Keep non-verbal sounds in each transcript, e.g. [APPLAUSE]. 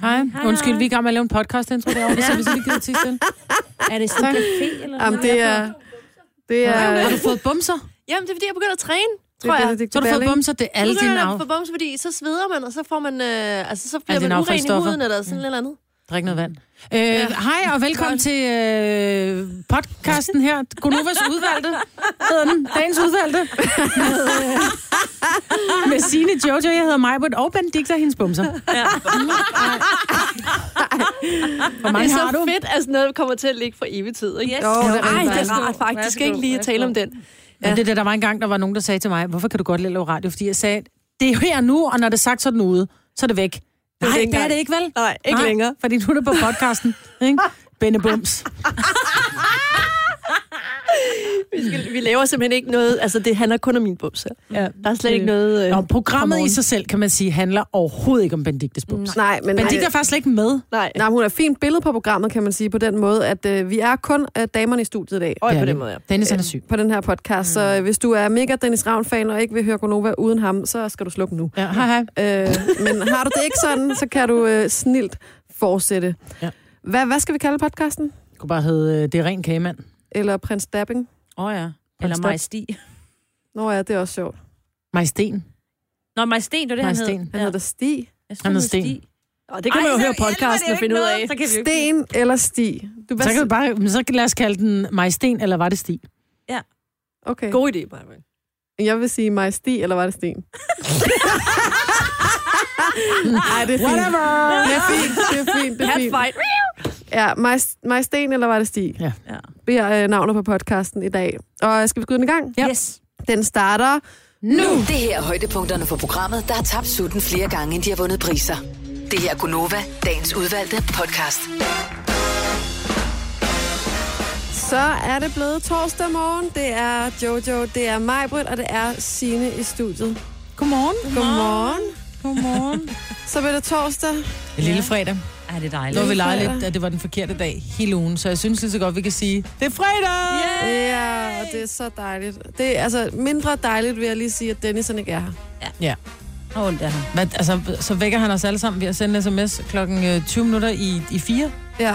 Hej. Undskyld, vi er i gang med at lave en podcast intro derovre, så hvis vi gider tid til. Er det sådan en café eller Jamen, det er... Det er... Har du fået bumser? Jamen, det er fordi, jeg begynder at træne, Det tror er jeg. Benedikt Så har du fået Balling. bumser, det er alle Nu kan dine jeg af. få bums, fordi så sveder man, og så får man, øh, altså så bliver Alle man dine uren i affaldsstoffer. huden, eller sådan mm. eller andet. Drik noget vand. Øh, Hej og velkommen til øh, podcasten her. Gonovas udvalgte hedder den. Dagens udvalgte. [LAUGHS] Med, øh, med Signe Jojo, jeg hedder Majbert, og Benedikt og hendes bumser. Ja. Hvor Det mange er så har du? fedt, at sådan noget kommer til at ligge for evig tid, ikke? Yes. Jo, det er Ej, rigtig det er dejligt. smart faktisk ikke lige at tale om den. Ja. Men det der, der var engang, der var nogen, der sagde til mig, hvorfor kan du godt lide at lave radio? Fordi jeg sagde, det er jo her nu, og når det er sagt, så er den ude. Så er det væk. Nej, ikke det er engang. det ikke, vel? Nej, ikke Nej, længere. Fordi nu er det på podcasten. [LAUGHS] Ikke? Benne Bums. Vi, skal, vi laver simpelthen ikke noget, altså det handler kun om min bums her. Ja. Der er slet ikke noget... Øh, Nå, programmet i Godmorgen. sig selv, kan man sige, handler overhovedet ikke om Benediktes Bums. Nej, men... øh, Benedikt er faktisk slet ikke med. nej, Nej, men hun er et fint billede på programmet, kan man sige, på den måde, at øh, vi er kun øh, damerne i studiet i dag. øj Det på er den det. måde, ja. Dennis han er syg. på den her podcast, mm. så øh, hvis du er mega Dennis Ravn-fan og ikke vil høre Gonova uden ham, så skal du slukke nu. Ja, hej, hej. Øh, men har du det ikke sådan, så kan du øh, snilt fortsætte. Ja. Hvad, hvad skal vi kalde podcasten? Det kunne bare hedde, øh, det er ren kagemand. Eller Prins Dabbing? Åh oh, ja. Eller Eller Majesti. Nå ja, det er også sjovt. Majsten. Nå, Majsten, det var det, han hed. Majsten. Han ja. hedder Sti. Jeg synes, Han hed det var Sten. Stig. Og det kan man jo Ej, høre så hjælper podcasten det og jo finde ud ikke af. noget. Så kan vi jo ikke... Sten eller Sti? Du, Så, kan du bare, men så lad os kalde den Majsten, eller var det Stig? Okay. God idé, Maja. Jeg vil sige mig Sti, eller var det Sten? Nej, det er fint. Whatever! Det er fint, det er fint, det er fint. Catfight. Ja, mig, mig Sten, eller var det Stig? Ja. Ja. Det er øh, navnet på podcasten i dag. Og skal vi skyde den i gang? Ja. Yes. Den starter Nu! Det her er højdepunkterne for programmet, der har tabt sutten flere gange, end de har vundet priser. Det her er Gunova, dagens udvalgte podcast. Så er det blevet torsdag morgen. Det er Jojo, det er Majbrit, og det er Sine i studiet. Godmorgen. Godmorgen. Godmorgen. [LAUGHS] Så bliver det torsdag. En lille fredag. Ej, det Nu er dejligt. har vi leget fredag. lidt, at det var den forkerte dag hele ugen, så jeg synes lige så godt, vi kan sige, det er fredag! Yeah. Ja, og det er så dejligt. Det er altså mindre dejligt, vil jeg lige sige, at Dennis han ikke er her. Åh, ondt er han. Hvad, altså, så vækker han os alle sammen ved at sende en sms klokken øh, 20 minutter i, i 4. Ja.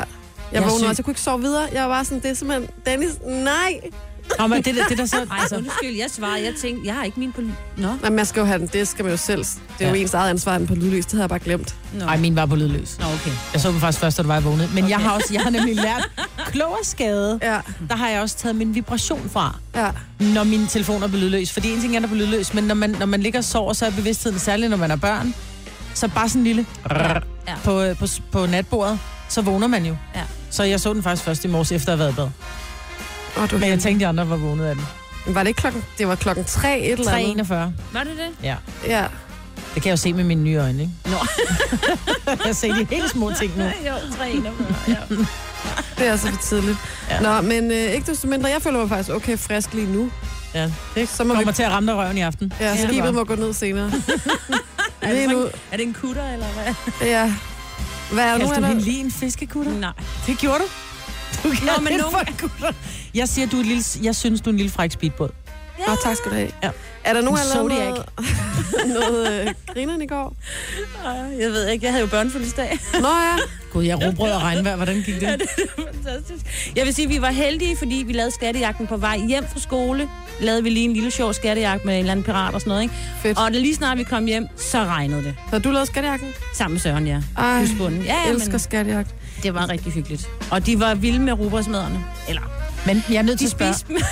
Jeg er vågnede syg. også, jeg kunne ikke sove videre. Jeg var bare sådan, det er simpelthen, Dennis, nej. Nå, men det, det, det der så... Ej, Altså, undskyld, jeg svarede. Jeg tænkte, jeg har ikke min på... Nå, Men man skal jo have den, det skal man jo selv. Det er jo Ja. ens eget ansvar, den på lydlys, det havde jeg bare glemt. nå. ej, min var på lydløs. Nå, okay. Jeg så dem faktisk først, da du var vågnet. Men okay. jeg har også, jeg har nemlig lært klogere skade. Ja, Der har jeg også taget min vibration fra, ja. når min telefon er på lydløs. Fordi en ting er, der er på lydløs, men når man, når man ligger og sover, så er bevidstheden, særligt når man er børn, så bare sådan en lille Ja. på, øh, på, på natbordet, så vågner man jo. Ja. Så jeg så den faktisk først i morges, efter at have været i bad. Og du, Men jeg tænkte, de andre var vågnet af den. var det ikke klokken, det var klokken tre et eller andet? 3.41. Var det det? Ja. Ja. Det kan jeg jo se med mine nye øjne, ikke? Nå. [LAUGHS] jeg ser de helt små ting nu. Jo, 3 ja. Det er altså for tidligt. Ja. Ja. Nå, men øh, ikke desto mindre, jeg føler mig faktisk okay frisk lige nu. Ja. Det Så må vi kommer til at ramme dig røven i aften. Ja, Sig det skibet bare. må gå ned [LAUGHS] senere. Lige nu, Er det en kutter, eller [LAUGHS] hvad? ja. Hvad er nu, Kaldte du Anna? hende lige en fiskekutter? Nej. Det gjorde du. Du kan men men nogen- nogen... Jeg siger, du er et lille, jeg synes, du er en lille fræk speedbåd. Nå, tak skal du have. Ja. Er der nogen, der har En lavet noget, [LAUGHS] noget øh, grineren i går? Jeg ved ikke, jeg havde jo børnefødselsdag. [LAUGHS] Nå ja, Gud, jeg råbrød og regnvejr. Hvordan gik det? Fantastisk. Jeg vil sige, at vi var heldige, fordi vi lavede skattejagten på vej hjem fra skole. Lavede vi lige en lille sjov skattejagt med en eller anden pirat og sådan noget, ikke? fedt. Og da lige snart vi kom hjem, så regnede det. Har du lavet skattejakken? Sammen med Søren, ja. Ej, Husbunden. Ja, jeg ja, elsker men skattejagt. det var rigtig hyggeligt. Og de var vilde med rubrosmederne. Eller, Men jeg er nødt til at de spørge, spiste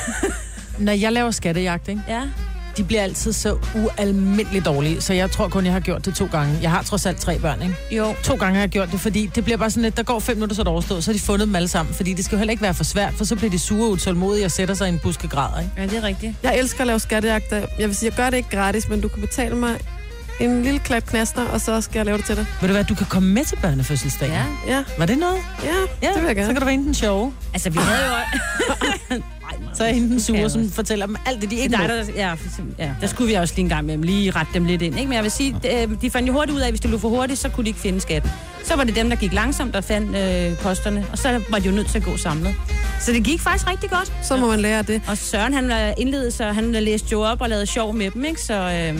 dem. når jeg laver skattejagt, ikke? ja. de bliver altid så ualmindeligt dårlige, så jeg tror kun, jeg har gjort det to gange. Jeg har trods alt tre børn, ikke? Jo. To gange har jeg gjort det, fordi det bliver bare sådan lidt, der går fem minutter, så er det overstået, så har de fundet dem alle sammen, fordi det skal jo heller ikke være for svært, for så bliver de sure og utålmodige og sætter sig i en buske græder, ikke? Ja, det er rigtigt. Jeg elsker at lave skattejagt. Jeg vil sige, jeg gør det ikke gratis, men du kan betale mig en lille klat knaster, og så skal jeg lave det til dig. Ved du hvad, du kan komme med til børnefødselsdagen. Ja. Ja, Var det noget? ja, ja det vil jeg Så gerne. kan du være enten sjove, Altså, vi [LAUGHS] havde jo... Nej, så er hende den jeg sure, også. som fortæller dem alt det, de Det ikke er må. dig, der, ja, for eksempel, ja, der skulle vi også lige en gang med dem, lige rette dem lidt ind. Ikke? Men jeg vil sige, øh, de, de fandt jo hurtigt ud af, at hvis det løb for hurtigt, så kunne de ikke finde skatten. Så var det dem, der gik langsomt, der fandt øh, posterne, og så var de jo nødt til at gå samlet. Så det gik faktisk rigtig godt. Så må man lære af det. Og Søren, han var indledet, så han læste jo op og lavede sjov med dem, ikke? Så øh,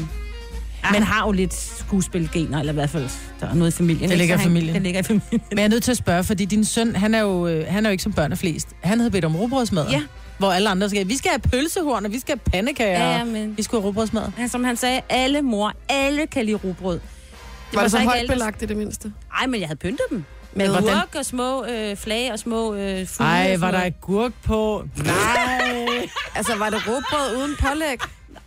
Man har jo lidt skuespilgener, eller i hvert fald, der er noget i familien. ikke? ligger i Så han- familien. Det ligger i familien. Men jeg er nødt til at spørge, fordi din søn, han er jo, øh, han er jo ikke som børn er flest. Han havde bedt om robrødsmad. Ja. Hvor alle andre skal, vi skal have pølsehorn, og vi skal have pandekager. Ja, ja, men- Vi skal have robrødsmad. Han, som han sagde, alle mor, alle kan lide rugbrød. Det var, det så, ikke højt alle, der- belagt i det mindste? Ej, men jeg havde pyntet dem. Men Med hvordan- hurk og små øh, flage og små øh, fugle. og Ej, sådan var der noget. et gurk på? Nej. Altså, var det råbrød uden pålæg?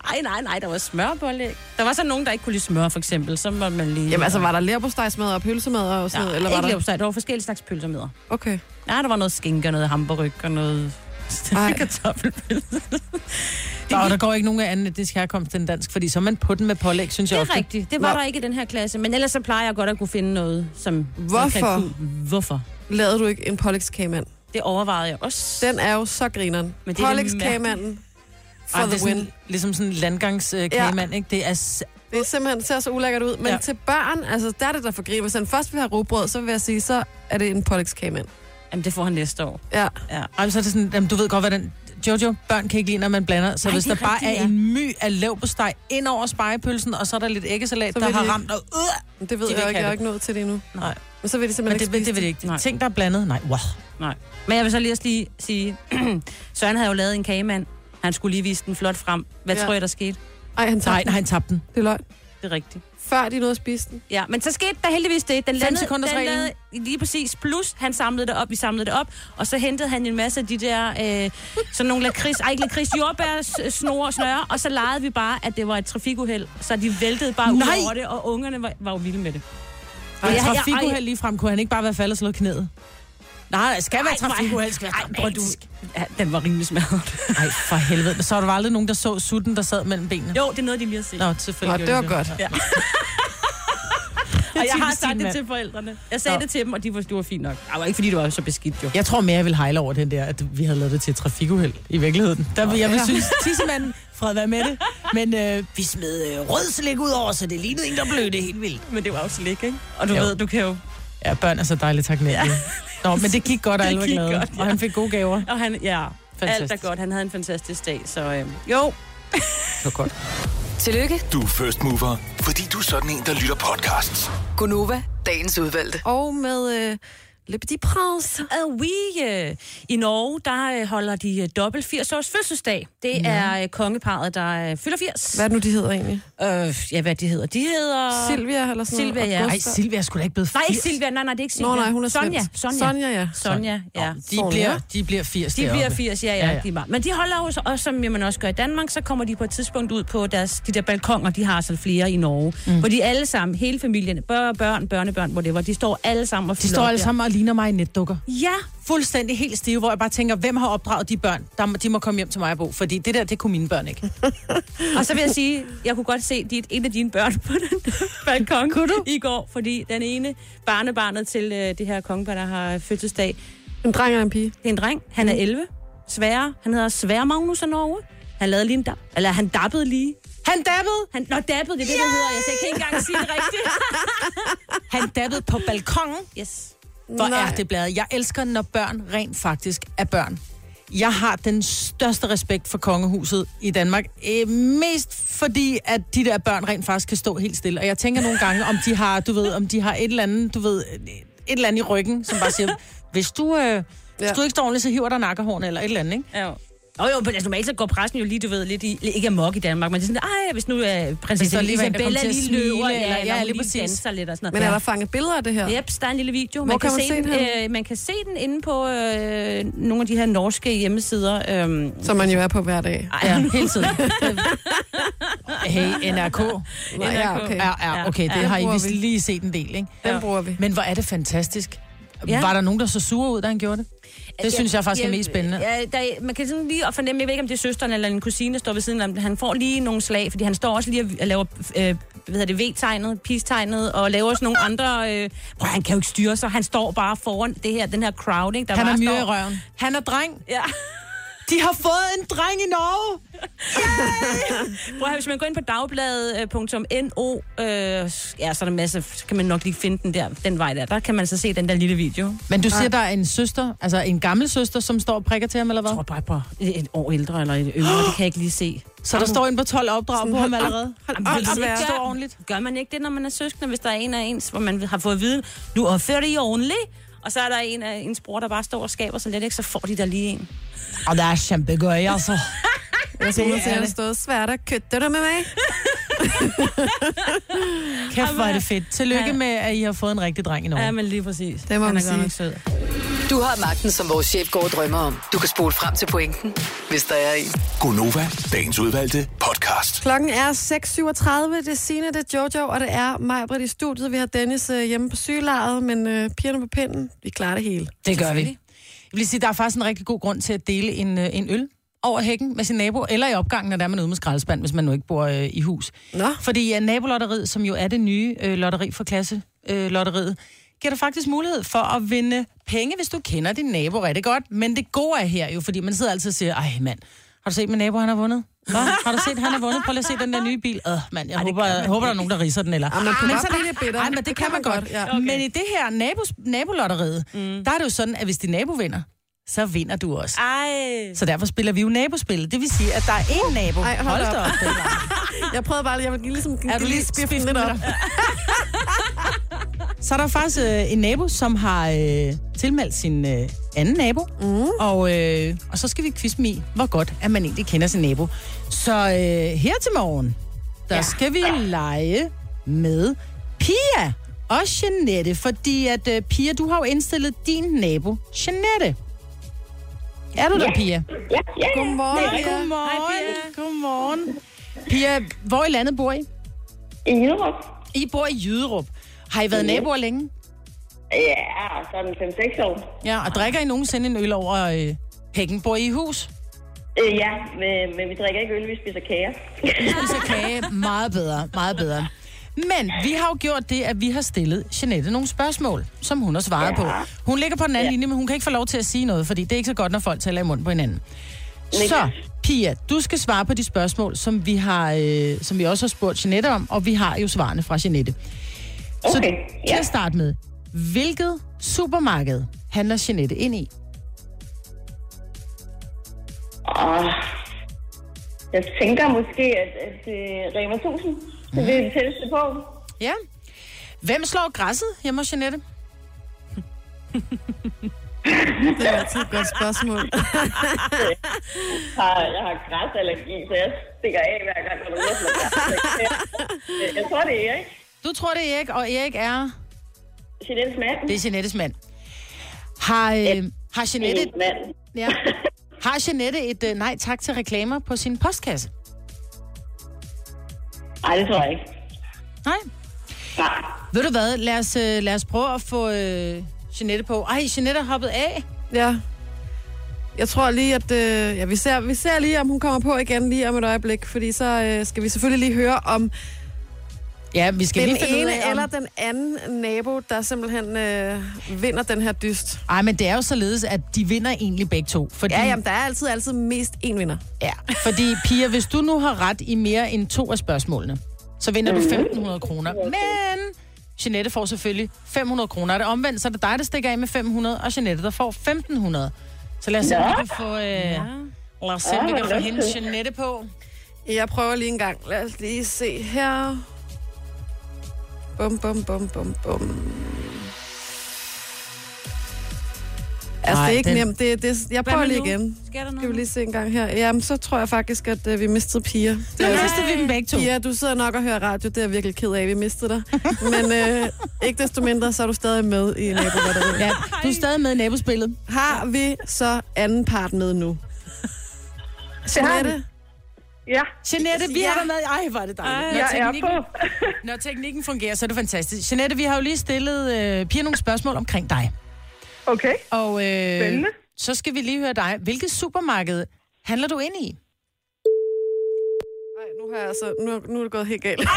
Ej, nej, nej, der var smørbolle. Der var så nogen, der ikke kunne lide smør, for eksempel. Så måtte man lige... Jamen, altså, var der leverpostejsmad og pølsemad og sådan Nej, noget? eller Eller var ikke der... leverpostej. Der var forskellige slags pølser med. Okay. Nej, der var noget skinke og noget hamburg og noget... [LAUGHS] Ej. kartoffelpølse. Nå, der går ikke nogen af anden etnisk herkomst end dansk, fordi så er man på den med pålæg, synes Det jeg er ofte. rigtigt. Det var Hvor- der ikke i den her klasse. Men ellers så plejer jeg godt at kunne finde noget, som... Som Hvorfor? kan kunne... Hvorfor? Lavede du ikke en pålægskagemand? Det overvejede jeg også. Den er jo så grineren. Men det er Pålægskagemanden for Ej, det the er win. sådan, ligesom sådan en landgangskagemand, ja. ikke? Det er s- Det er simpelthen ser så ulækkert ud. Men Ja. ja. til børn, altså, der er det, der for grin. Hvis han først vil have robrød, så vil jeg sige, så er det en pålægskagemand. Jamen, det får han næste år. Ja. Jamen, så er det sådan, jamen, du ved godt, hvordan... Jojo, børn kan ikke lide, når man blander. Så Nej, Nej, hvis det der er bare rigtigt, er ja. en my af lav på steg ind over spegepølsen, og så er der lidt æggesalat, Så der vil har de- ramt og... Øh, Men Det ved De vil jeg jo ikke ikke. Jeg have er ikke nået til det endnu. Nej. Men så vil de men simpelthen det, det, det vil de ikke. ikke. Nej. Ting, der er blandet. Nej, wow. Nej. Men jeg vil så lige også lige sige... [CLEARS THROAT] Søren havde jo lavet en kagemand. Han skulle lige vise den flot frem. Hvad ja. Ja. tror jeg, der skete? spise den. Ej, han Nej, tager nej, han tabte den. Det er løgn. Det er rigtigt. Før de nåede at spise den. Ja, men så skete der heldigvis det. Den sekunders den reglen. lavede lige præcis plus. Han samlede det op, vi samlede det op. Og så hentede han en masse af de der, øh, sådan nogle lakrids, ej ikke lakrids, jordbærsnore snøre. Og så legede vi bare, at det var et trafikuheld. Så de væltede bare ud Nej! over det, og ungerne var, var jo vilde med det. Og jeg- jeg, jeg- trafikuheld ej. lige frem, kunne han ikke bare være faldet og slået knæet? Nej, der skal være Ej, hvor er han- trafikuheld. skal være Ej, prøv du. dramatisk. Ja, den var rimelig smadret. Ej, for helvede. Men Så var der aldrig nogen, der så sutten, der sad mellem benene. Jo, det er noget, de lige har set. Nå, selvfølgelig. Nå, gjorde det de var Ja. og jeg har typisk din sagt det mand. til forældrene. Jeg sagde Nå. det til dem, og de var, de var fint nok. Det var ikke, fordi det var så beskidt, jo. Jeg tror mere, jeg vil hejle over den der, at vi havde lavet det til et trafikuheld i virkeligheden. Der vil jeg vil synes, tissemanden, fred være med det, men øh, vi smed øh, rød slik ud over, så det lignede en, der blødte helt vildt. Men det var jo slik, ikke? Og du Jo. jo. ved, du kan jo Ja, børn er så dejligt taknemmelige. Nå, men det gik godt, og [LAUGHS] Det alle var gik glade. godt, ja. Og han fik gode gaver. Og han, ja, Fantastisk. alt er godt. Han havde en fantastisk dag, så øh, jo. Så godt. Tillykke, Du er first mover, fordi du er sådan en, der lytter podcasts. Gunova, dagens udvalgte. Og med øh, Le Petit Prince. Uh, we, øh, I Norge, der øh, holder de øh, dobbelt 80 års fødselsdag. Det er øh, kongeparet, der øh, fylder 80. Hvad er det nu, de hedder egentlig? Øh, ja, hvad de hedder? De hedder... Silvia eller sådan Silvia, noget? ja. Og Ej, Gustav. Silvia er sgu da ikke blevet 80. Nej, ikke Silvia. Nej, nej, det er ikke Silvia. Nå, nej, hun er Sonja. svensk. Sonja. Sonja, ja. Sonja, ja. De bliver, de bliver 80 De bliver deroppe. 80, ja, Ja, ja, ja. ja. De var. Men de holder jo så, også, som man også gør i Danmark, så kommer de på et tidspunkt ud på deres, de der balkonger, de har så flere i Norge, mm. hvor de alle sammen, hele familien, børn, børn, børnebørn, whatever, de står alle sammen og De fylder står op alle der. sammen og ligner mig i netdukker. Ja, Fuldstændig helt stive, hvor jeg bare tænker, hvem har opdraget de børn? Der, må- de må komme hjem til mig og bo, fordi det der, det kunne mine børn ikke. Og så vil jeg sige, jeg kunne godt se dit, en af dine børn på den [LAUGHS] der balkon i går, fordi den ene barnebarnet til øh, det her kongepar, der har fødselsdag, En dreng og en pige. det er en dreng, han er Mm. 11, Sverre, han hedder Sverre Magnus af Norge. Han lavede lige en dab, eller han dabbede lige. Han dabbede! Han, nå, dabbede, det er det, der hedder. Jeg kan ikke engang sige det [LAUGHS] rigtigt. Han dabbede på balkongen. Yes. Hvor Nej. er det bladet? Jeg elsker, når børn rent faktisk er børn. Jeg har den største respekt for kongehuset i Danmark. Øh, mest fordi, at de der børn rent faktisk kan stå helt stille. Og jeg tænker nogle gange, om de har, du ved, om de har et eller andet, du ved, et eller andet i ryggen, som bare siger, hvis du, øh, ja. hvis Ja. du ikke står ordentligt, så hiver der nakkehorn eller et eller andet, ikke? Ja. Jo, jo, jo, men altså, normalt så går pressen jo lige, du ved, lidt i, ikke amok i Danmark, men det er sådan, ej, hvis nu øh, Hvis der prinsesse er lige en, der kommer Isabella til at lige smile, løber, eller- ja, ja, eller ja, lige lige præcis. præcis. danser lidt og sådan Men noget. er der fanget billeder af det her? Yep, der er en lille video. Hvor Man kan, kan se man den, se den øh, man kan se den inde på øh, nogle af de her norske hjemmesider. Øhm, Som man jo er på hver dag. ej, [LAUGHS] Ja, hele tiden. Hey, NRK. Nej, ja, okay. Ja, ja, okay, det Ja. har I Den bruger vist vi. Mm. lige set en del, ikke? Den bruger vi. Men hvor er det fantastisk. Ja. Ja. Var der nogen, der så sure ud, da han gjorde det? Det at synes jeg faktisk er mest spændende. Ja, der, man kan sådan lige at fornemme, jeg ved ikke, om det er søsteren eller en kusine, der står ved siden af ham. Han får lige nogle slag, fordi han står også lige og- og laver øh, hvad hedder det, V-tegnet, peace-tegnet, og laver også nogle andre... Øh, prøv, han kan jo ikke styre sig. Han står bare foran det her, den her crowd, ikke? Der Han bare er myre i står, røven. Han er dreng. Ja. De har fået en dreng i Norge! Prøv at høre, hvis man går ind på dagbladet.no, øh, ja, så er der masser, så kan man nok lige finde den der, den vej der. Der kan man så se den der lille video. Men du siger, der er en søster, altså en gammel søster, som står og prikker til ham, eller hvad? Jeg tror bare på et år ældre eller et yngre, det kan jeg ikke lige se. Så der står en på 12 opdrag på ham allerede? Hold Jamen, op, vil svær. det Står gør, ordentligt. gør man ikke det, når man er søskende, hvis der er en af ens, hvor man har fået at vide, nu opfører de ordentligt, og så er der en af ens bror, der bare står og skaber sig lidt, ikke? så får de der lige en. Og der er champagne, altså. [LAUGHS] Jeg tror, at han stod svært og kødte dig med mig. Kæft, hvor er det fedt. Tillykke med, at I har fået en rigtig dreng i Norge. Ja, men lige præcis. Det må Han man er godt sige. nok sød. Du har magten, som vores chef går og drømmer om. Du kan spole frem til pointen, hvis der er en. Gonova, dagens udvalgte podcast. Klokken er 6.37. Det er Signe, det er Jojo, og det er mig, Britt, i studiet. Vi har Dennis øh, hjemme på sygelejet, men øh, pigerne på pinden, vi klarer det hele. Det gør vi. Jeg vil lige sige, der er faktisk en rigtig god grund til at dele en, øh, en øl over hækken med sin nabo, eller i opgangen, når der er man ude med skraldespand, hvis man nu ikke bor øh, i hus. Nå. Fordi ja, nabolotteriet, som jo er det nye øh, lotteri for klasselotteriet, øh, lotteriet, giver dig faktisk mulighed for at vinde penge, hvis du kender din nabo rigtig godt. Men det gode er her jo, fordi man sidder altid og siger, ej mand, har du set min nabo, han har vundet? Nå, har du set, han har vundet? Prøv lige at se den der nye bil. Øh, mand, jeg håber, jeg håber, der er nogen, der riser den, eller... man kunne godt så er blive lidt bitter. Ej, Ah, men det, det kan man godt. Ja. Okay. Men i det her nabos, nabolotteriet, mm. der er det jo sådan, at hvis din nabo vinder, så vinder du også. Ej. Så derfor spiller vi jo nabospil. Det vil sige, at der er én nabo. Ej, hold da op. [LAUGHS] den var. Jeg prøvede bare, jeg vil ligesom Er du lige spiffe spiften lidt op? Så er der faktisk øh, en nabo, som har øh, tilmeldt sin øh, anden nabo. Mm. Og, øh, og så skal vi quizme i, hvor godt at man egentlig kender sin nabo. Så øh, her til morgen, der ja. skal vi lege med Pia og Jeanette. Fordi at øh, Pia, du har jo indstillet din nabo, Jeanette. Er du der, Pia? Ja, ja, ja. Godmorgen, Pia. Godmorgen. Godmorgen. Pia, hvor i landet bor I? I Jyllup. I bor i Jyderup. Har I været Mm. naboer længe? Ja, sådan 5-6 år. Ja, og drikker I nogensinde en øl over øh, hækken? Bor I i hus? Øh, ja, men, men vi drikker ikke øl, vi spiser kager. Spiser kage. Meget bedre, meget bedre. Men vi har jo gjort det, at vi har stillet Jeanette nogle spørgsmål, som hun har svaret ja. på. Hun ligger på den anden ja. linje, men hun kan ikke få lov til at sige noget, fordi det er ikke så godt, når folk taler i munden på hinanden. Så, Pia, du skal svare på de spørgsmål, som vi, har, øh, som vi også har spurgt Jeanette om, og vi har jo svarene fra Jeanette. Så Okay, til ja. at starte med, hvilket supermarked handler Jeanette ind i? Og jeg tænker måske, at, at øh, Rema 1000, det vil det tætteste på. Ja. Hvem slår græsset hjemme hos Jeanette? Det er altid et godt spørgsmål. Jeg har, jeg har græsallergi, så jeg stikker af hver gang, når der er noget Øh, jeg, jeg tror, det er Erik. Du tror, det er Erik, og Erik er... Jeanettes mand. Det er Jeanettes mand. Har, øh, har, Jeanette, Jeanettes mand. ja, har Jeanette et øh, nej tak til reklamer på sin postkasse? Nej, det tror jeg ikke. Nej. Nej. Ved du hvad, lad os, øh, lad os prøve at få øh, Jeanette på. Ej, Jeanette er hoppet af. Ja. Jeg tror lige, at... Øh, ja, vi ser, vi ser lige, om hun kommer på igen lige om et øjeblik, fordi så øh, skal vi selvfølgelig lige høre om Ja, vi skal den lige finde ene ud af, om- eller den anden nabo, der simpelthen øh, vinder den her dyst. Ej, men det er jo således, at de vinder egentlig begge to. Fordi, Ja, jamen, der er altid, altid mest en vinder. Ja, fordi Pia, hvis du nu har ret i mere end to af spørgsmålene, så vinder du 1.500 kroner. Men Jeanette får selvfølgelig 500 kroner. Er det omvendt, så er det dig, der stikker af med 500, og Jeanette, der får 1.500. Så lad os se, om vi kan få... Øh, Lad os se, om vi kan få hende Jeanette på. Jeg prøver lige en gang. Lad os lige se her. Bum, bum, bum, bum, bum. Altså, Ej, det er ikke den- nemt. Det, det, jeg prøver lige igen. Skal der Skal vi noget? lige se en gang her? Jamen, så tror jeg faktisk, at øh, vi mistede piger. Det Nu er- mister vi dem begge to. Pia, du sidder nok og hører radio. Det er jeg virkelig ked af, vi mistede dig. Men øh, ikke desto mindre, så er du stadig med i nabobatteriet. Ja, du er stadig med i nabospillet. Har vi så anden part med nu? Jeanette? Ja, Jeanette, vi har dig med. Ej, hvor er det dejligt. Når jeg er teknikken, på. når teknikken fungerer, så er det fantastisk. Jeanette, vi har jo lige stillet øh, Pia nogle spørgsmål omkring dig. Okay. Og øh, Spændende. så skal vi lige høre dig. Hvilket supermarked handler du ind i? Nej, nu har jeg altså, nu, nu er det gået helt galt. [LAUGHS]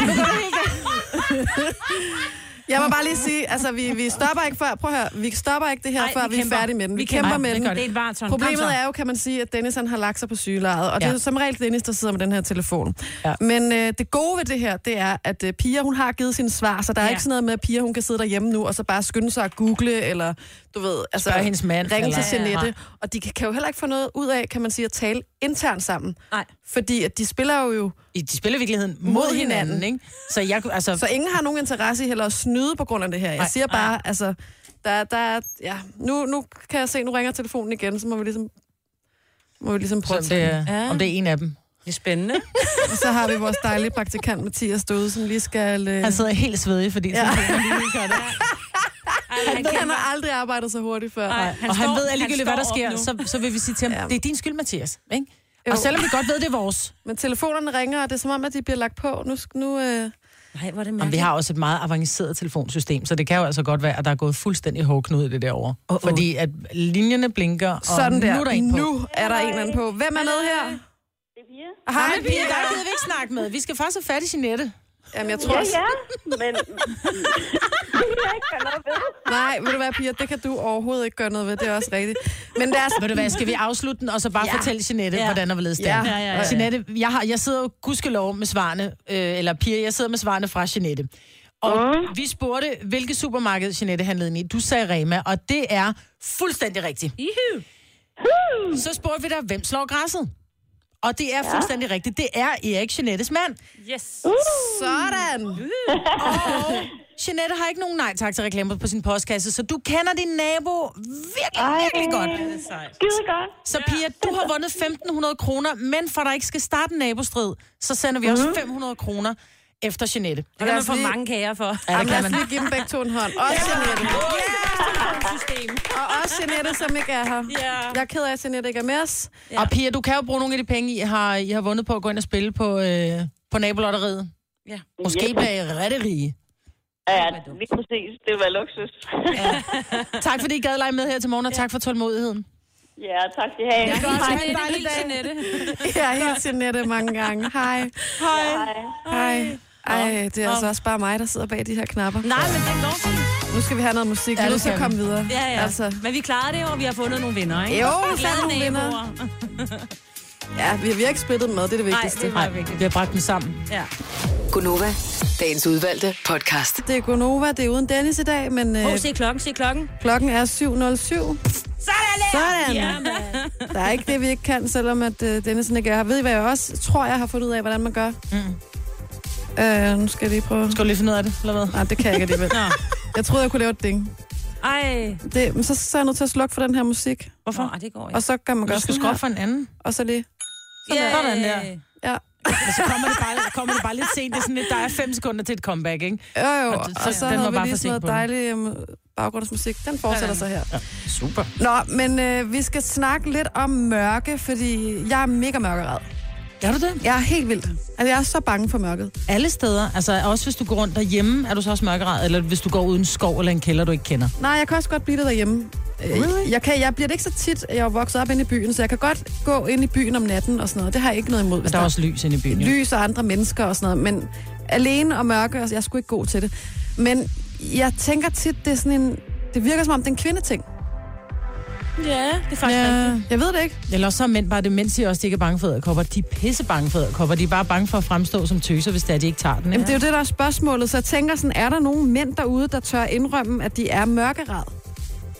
Jeg må bare lige sige, altså vi, vi stopper ikke før, prøv at høre, vi stopper ikke det her, Nej, før vi, vi er kæmper. færdige med den. Vi, Vi kæmper, kæmper. med Det den. gør det. Det er et maraton. Kom så. Problemet er jo, kan man sige, at Dennis han har lagt sig på sygelejet, og det er Ja. jo som regel Dennis, der sidder med den her telefon. Ja. Men øh, det gode ved det her, det er, at øh, Pia, hun har givet sine svar, så der er Ja. ikke sådan noget med, at Pia, hun kan sidde derhjemme nu, og så bare skynde sig at google, eller du ved, altså Spørg hendes mand, ringe til eller- Jeanette. Ja. Og de kan, kan jo heller ikke få noget ud af, kan man sige, at tale internt sammen. Nej. Fordi at de spiller jo I, de spiller i virkeligheden mod hinanden, ikke? Så jeg kunne- altså... så ingen har nogen interesse i heller at snyde på grund af det her. Jeg Nej. siger bare, altså, der, der er, ja, nu, nu kan jeg se, nu ringer telefonen igen, så må vi ligesom, må vi ligesom prøve Prøv, at det, er- om det er en af dem. Det er spændende. Og så har vi vores dejlige praktikant Mathias Døde, som lige skal... Øh, Han altså, sidder helt svedig, fordi ja. Ej, han, han har aldrig arbejdet så hurtigt før. Ej, han og han står- ved ligegyldigt, hvad han der står sker, op nu. så, så vil vi sige til ham, Ja. ja. det er din skyld, Mathias. Ikke? Jo. Og selvom vi godt ved, det er vores. Men telefonerne ringer, og det er som om, at de bliver lagt på. Nu, sk- nu øh, Nej, hvor er det Jamen, mærkeligt. vi har også et meget avanceret telefonsystem, så det kan jo altså godt være, at der er gået fuldstændig hårdknud i det derovre. Oh, oh. Fordi at linjerne blinker, og sådan der. nu er der en på. nu er der en anden på. Hvem er med her? Det er Pia. Hej, Pia, dig gider vi ikke snakke med. Vi skal faktisk have fat i Jeanette. Jamen, jeg tror Ja, også... ja, men [LAUGHS] det kan jeg ikke gøre noget ved. Nej, vil du være, Pia? Det kan du overhovedet ikke gøre noget ved. Det er også rigtigt. Men lad os Ved du hvad, skal vi afslutte den, og så bare ja. fortælle Jeanette, ja. hvordan og hvorledes det Ja. er? Ja, ja, ja. Jeanette, jeg, har, jeg sidder jo gudskelov med svarene, øh, eller Pia, jeg sidder med svarene fra Jeanette. Og mm. vi spurgte, hvilket supermarked Jeanette handlede ind i. Du sagde Rema, og det er fuldstændig rigtigt. Så spurgte vi dig, hvem slår græsset? Og det er fuldstændig rigtigt. Det er Erik Jeanettes mand. Yes. Sådan! Og Jeanette har ikke nogen nej tak til reklamer på sin postkasse, så du kender din nabo virkelig, virkelig godt. Det er sejt. Skide godt. Så Pia, du har vundet 1.500 kroner, men for at der ikke skal starte en nabostrid, så sender vi Mhm. også 500 kroner efter Jeanette. Det kan man få mange kager for. Ja, det Jamen, kan lad os man. lige give dem begge to en hånd. Også Jeanette. System. Og også Jeanette, som ikke er her. Ja. Jeg er ked af, at Jeanette ikke er med os. Og Pia, du kan jo bruge nogle af de penge, I har, I har vundet på at gå ind og spille på, øh, på nabolotteriet. Ja. Måske bliver I rette rige. Ja, lige præcis. Det var luksus. Tak fordi I gad lege med her til morgen, og tak for tålmodigheden. [LAUGHS] Ja, tak skal I have. Jeanette, hils Jeanette. Jeg er helt Jeanette mange gange. Hej. Hej. Hej. Ej, det er altså også bare mig, der sidder bag de her knapper. Nej, men det går sådan. Nu skal vi have noget musik. Ja, det nu skal skal komme videre. Ja, ja. Altså, Men vi klarede det, og vi har fundet nogle vinder, ikke? Jo, Og vi glade fandt nogle vinder. naboer. ja, vi, vi har ikke splittet dem med, det er det Nej, vigtigste. det er meget vigtigt. Vi har bragt dem sammen. Ja. Gunova, dagens udvalgte podcast. Det er Gonova, det er uden Dennis i dag, men øh, Åh, se klokken, se klokken. klokken er 7.07. Sådan der! Sådan. Jamen. Der er ikke det, vi ikke kan, selvom at øh, Dennis ikke er her. Ved I, hvad jeg også tror, jeg har fundet ud af, hvordan man gør? Mm. Øh, nu skal jeg lige prøve. Skal du lige finde ud af det, eller hvad? Nej, det kan jeg ikke alligevel. Jeg troede, jeg kunne lave et ding. Ej, Det, men så, så er jeg nødt til at slukke for den her musik. hvorfor? Nå, det går ikke. Og så kan man gøre Du skal sådan skrue her, for en anden. og så lige... Yay. Sådan der. Ja. Og så kommer det bare, kommer det bare lidt sent. Det er sådan lidt, der er fem sekunder til et comeback, ikke? Jo, jo, Og og, det- og så den var havde vi bare lige for sådan noget sent på den. dejlig øhm, baggrundsmusik. Den fortsætter så her. Super. Nå, men øh, vi skal snakke lidt om mørke, fordi jeg er mega mørkeret. Gør du det? Jeg er helt vildt. Altså, jeg er så bange for mørket. Alle steder. Altså også hvis du går rundt derhjemme, er du så også mørkeret? Eller hvis du går uden skov eller en kælder, du ikke kender? Nej, jeg kan også godt blive det derhjemme. Øh, Really? Jeg, kan, jeg bliver det ikke så tit. Jeg er jo vokset op inde i byen, så jeg kan godt gå ind i byen om natten og sådan noget. Det har jeg ikke noget imod. Men hvis der er også lys inde i byen. jo. lys og andre mennesker og sådan noget, men alene og mørke, altså, jeg er sgu ikke god til det. Men jeg tænker tit, det er sådan en, det virker som om, det er en kvindeting. Ja, det er faktisk rigtigt. Ja. Jeg ved det ikke. Eller også så er mænd bare det, mens de også de ikke er bange for æderkopper. De er pisse bange for æderkopper. De er bare bange for at fremstå som tøser, hvis det er, de ikke tager den. Jamen, Ikke? det er jo det, der er spørgsmålet. Så jeg tænker sådan, er der nogen mænd derude, der tør indrømme, at de er mørkeret?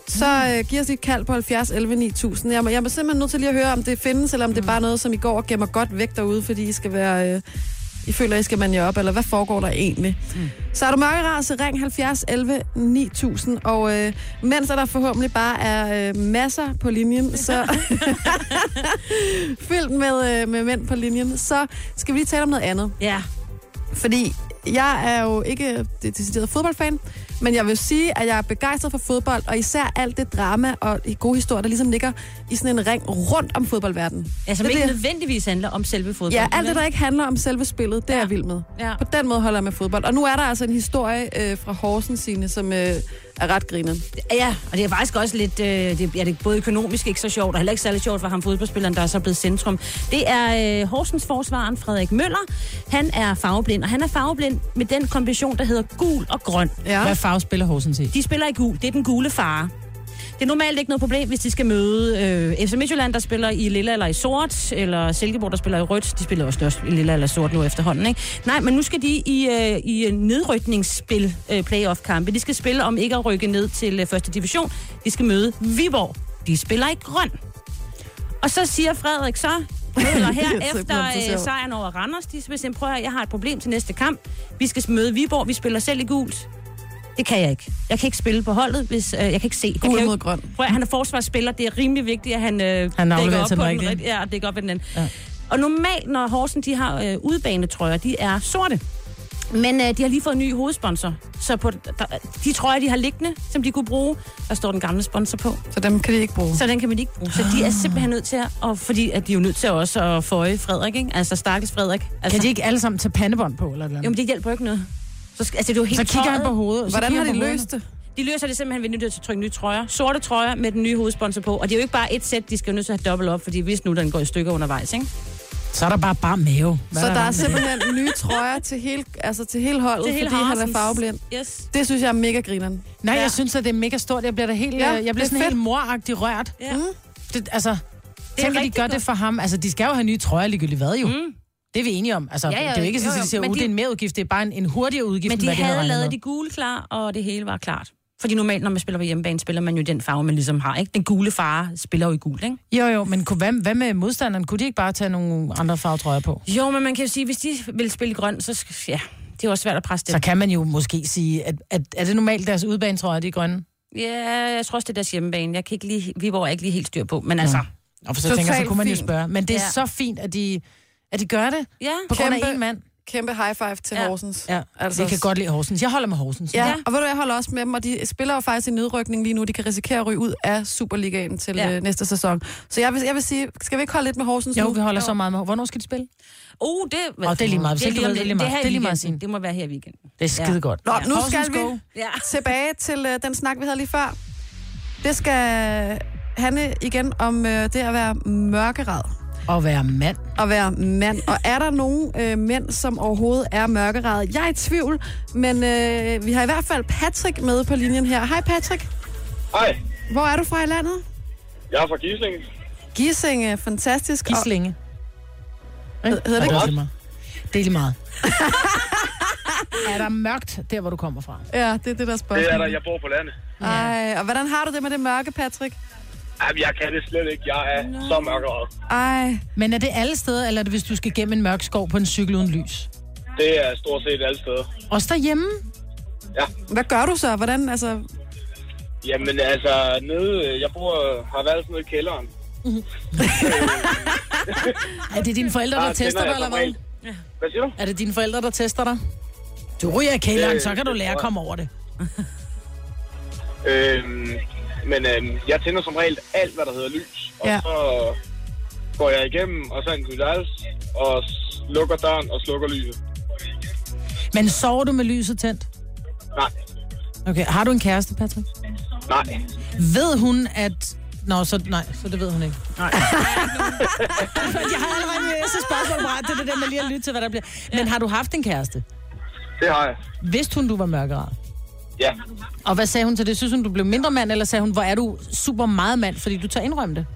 Så øh, giv os lige et kald på 70 11 9000. Jeg, må- jeg er simpelthen nødt til lige at høre, om det findes, eller om det er bare noget, som I går og gemmer godt væk derude, fordi I skal være... Øh, I føler, I skal mande jer op, eller hvad foregår der egentlig? Mm. Så er du mørkeret, så ring 70 11 9000. Og øh, mens der forhåbentlig bare er øh, masser på linjen, så... [LAUGHS] fyldt med, øh, med mænd på linjen, så skal vi lige tale om noget andet. Ja. Fordi jeg er jo ikke decideret fodboldfan, Men jeg vil sige, at jeg er begejstret for fodbold, og især alt det drama og de gode historier, der ligesom ligger i sådan en ring rundt om fodboldverdenen. Ja, som det, er ikke det, nødvendigvis handler om selve fodbold. Ja, alt det, der ikke handler om selve spillet, det er jeg vild med. Ja. På den måde holder jeg med fodbold. Og nu er der altså en historie øh, fra Horsens, Signe, som øh, er ret grineren. Ja, og det er faktisk også lidt, øh, det, ja, det er både økonomisk ikke så sjovt, og heller ikke særlig sjovt for ham fodboldspilleren, der er så blevet centrum. Det er øh, Horsens forsvaren Frederik Møller. Han er farveblind, og han er farveblind med den kombination, der hedder gul og grøn. Ja. Hvad farve spiller Horsens i? De spiller i gul, det er den gule fare. Det er normalt ikke noget problem, hvis de skal møde øh, FC Midtjylland, der spiller i lilla eller i sort, eller Silkeborg, der spiller i rødt. De spiller også størst i lilla eller sort nu efterhånden, ikke? Nej, men nu skal de i, øh, i øh, nedrykningsspil, øh, playoff-kampe. De skal spille om ikke at rykke ned til øh, første division. De skal møde Viborg. De spiller i grøn. Og så siger Frederik så, eller her Det er efter simpelthen så øh, sjovt. sejren over Randers, de vil sige, prøv at høre, jeg har et problem til næste kamp. Vi skal møde Viborg, vi spiller selv i gult. Det kan jeg ikke. Jeg kan ikke spille på holdet, hvis øh, jeg kan ikke se. Jeg kan Gul jo mod ikke- grøn. Prøv, at- han er forsvarsspiller, det er rimelig vigtigt, at han, øh, Han afleverer dækker til den på rigtige. rig- ja, og dækker op ved den anden. Ja. Og normalt, når Horsen de har øh, udbanetrøjer, de er sorte. Men øh, de har lige fået en ny hovedsponsor. Så på, der, de trøjer, de har liggende, som de kunne bruge, der står den gamle sponsor på. Så dem kan de ikke bruge. Så den kan man ikke bruge. Så de er simpelthen nødt til at... Og fordi at de er jo nødt til også at føje Frederik, ikke? Altså stakkels Frederik. Altså, Kan de ikke alle sammen tage pandebånd på eller et eller Jo, andet? men det hjælper jo ikke noget. Så, skal- altså, det er jo helt Så kigger han tøjet. på hovedet. og så Hvordan kigger har han de på hovedet. løst det? De løser det simpelthen ved nødt til at trykke nye trøjer. Sorte trøjer med den nye hovedsponsor på. Og det er jo ikke bare et sæt, de skal jo nødt til at have dobbelt op, fordi hvis nu den går i stykker undervejs, ikke? Så er der bare bare mave. Hvad Så der er med det? simpelthen nye trøjer til hele, altså til hele holdet, til Det er hele helt fordi han er Harsens. farveblind. Yes. Det synes jeg er mega grineren. Nej, Ja. jeg synes, at det er mega stort. Jeg bliver da helt, Ja, ja, jeg det er bliver sådan fedt. helt moragtig rørt. Ja. Mm. Det, altså, tænk, at de rigtig gør godt. det for ham. Altså, de skal jo have nye trøjer ligegyldigt hvad jo. Mm. Det er vi enige om. Altså, Ja, ja, det er jo ikke sådan, jo, at jo, de siger, men at uh, de- det er en merudgift. Det er bare en, en hurtigere udgift, Men end de hvad havde havde regnet med. lavet de gule klar, og det hele var klart. Fordi normalt, når man spiller på hjemmebane, spiller man jo den farve, man ligesom har, ikke? Den gule fare spiller jo i gul, ikke? Jo, jo, men kunne, hvad, hvad med modstanderen? Kunne de ikke bare tage nogle andre farvetrøjer på? Jo, men man kan jo sige, hvis de vil spille i grøn, så skal, ja, det er jo også svært at presse dem. Så kan man jo måske sige, at, at er det normalt deres udbanetrøjer, de er grønne? Ja, jeg tror også, det er deres hjemmebane. Jeg kan ikke lige, Viborg er ikke lige helt styr på, men altså, Og for så Totalt tænker jeg, så kunne man jo fint. spørge. Men det er Ja. ja. så fint, at de, at de gør det ja. på grund af Kæmpe- en mand. Kæmpe high five til Ja. Horsens. Ja, altså, vi kan godt lide Horsens. Jeg holder med Horsens. Ja. Ja. ja, og ved du, jeg holder også med dem, og de spiller jo faktisk i nedrykning lige nu. De kan risikere at ryge ud af Superligaen til Ja. ja. næste sæson. Så jeg vil, jeg vil sige, skal vi ikke holde lidt med Horsens Jo, nu? vi holder så meget med Horsens. Hvornår skal de spille? Oh, det, Åh, det er lige meget. Hvis Det er ikke lige, du ved, om lidt. det er lige meget. her i Det er lige meget weekenden. sent. Det må være her i weekenden. Det er skide godt. Nå, nu Horsens skal vi go. Ja. tilbage til øh, den snak, vi havde lige før. Det skal handle igen om øh, det at være mørkeret Og være mand. at være mand. Og er der nogen øh, mænd, som overhovedet er mørkeret? Jeg er i tvivl, men øh, vi har i hvert fald Patrick med på linjen her. Hej Patrick, Hej, hvor er du fra i landet? jeg er fra Gisling. Gisinge, fantastisk. Gislinge. Og, hedder det Det ikke? er lige meget. Det er lige meget. [LAUGHS] er der mørkt der, hvor du kommer fra? Ja, det er det, der er spørgsmålet. Det er der, jeg bor på landet. Ej, og hvordan har du det med det mørke, Patrick? Jamen, jeg kan det slet ikke. Jeg er så mørkeret. Ej, Men er det alle steder, eller er det, hvis du skal gennem en mørk skov på en cykel uden lys? Det er stort set alle steder. Også derhjemme? hvad gør du så? Hvordan, altså... Jamen, altså, nede, øh, jeg bor, har været sådan nede i kælderen. Er det dine forældre, der tester dig, tænder Ah, jeg eller hvad? normalt. Hvad siger du? Er det dine forældre, der tester dig? Du ryger i kælderen, Det- så kan du det lære tror at jeg. komme over det. Øhm, men øhm, jeg tænder som regel alt, hvad der hedder lys. Og Ja. ja. så går jeg igennem, og så ind til mit værelse, og s- lukker døren og slukker lyset. Men sover du med lyset tændt? Nej, Okay, har du en kæreste, Patrick? nej. Ved hun, at... Nå, så, nej, så det ved hun ikke. Nej. [LAUGHS] jeg har allerede en masse spørgsmål på ret. Det er det der med lige at lytte til, hvad der bliver. Men har du haft en kæreste? Det har jeg. Vidste hun, du var mørkeret? Ja. Og hvad sagde hun til det? Synes hun, du blev mindre mand, eller sagde hun, hvor er du super meget mand, fordi du tager indrømme det?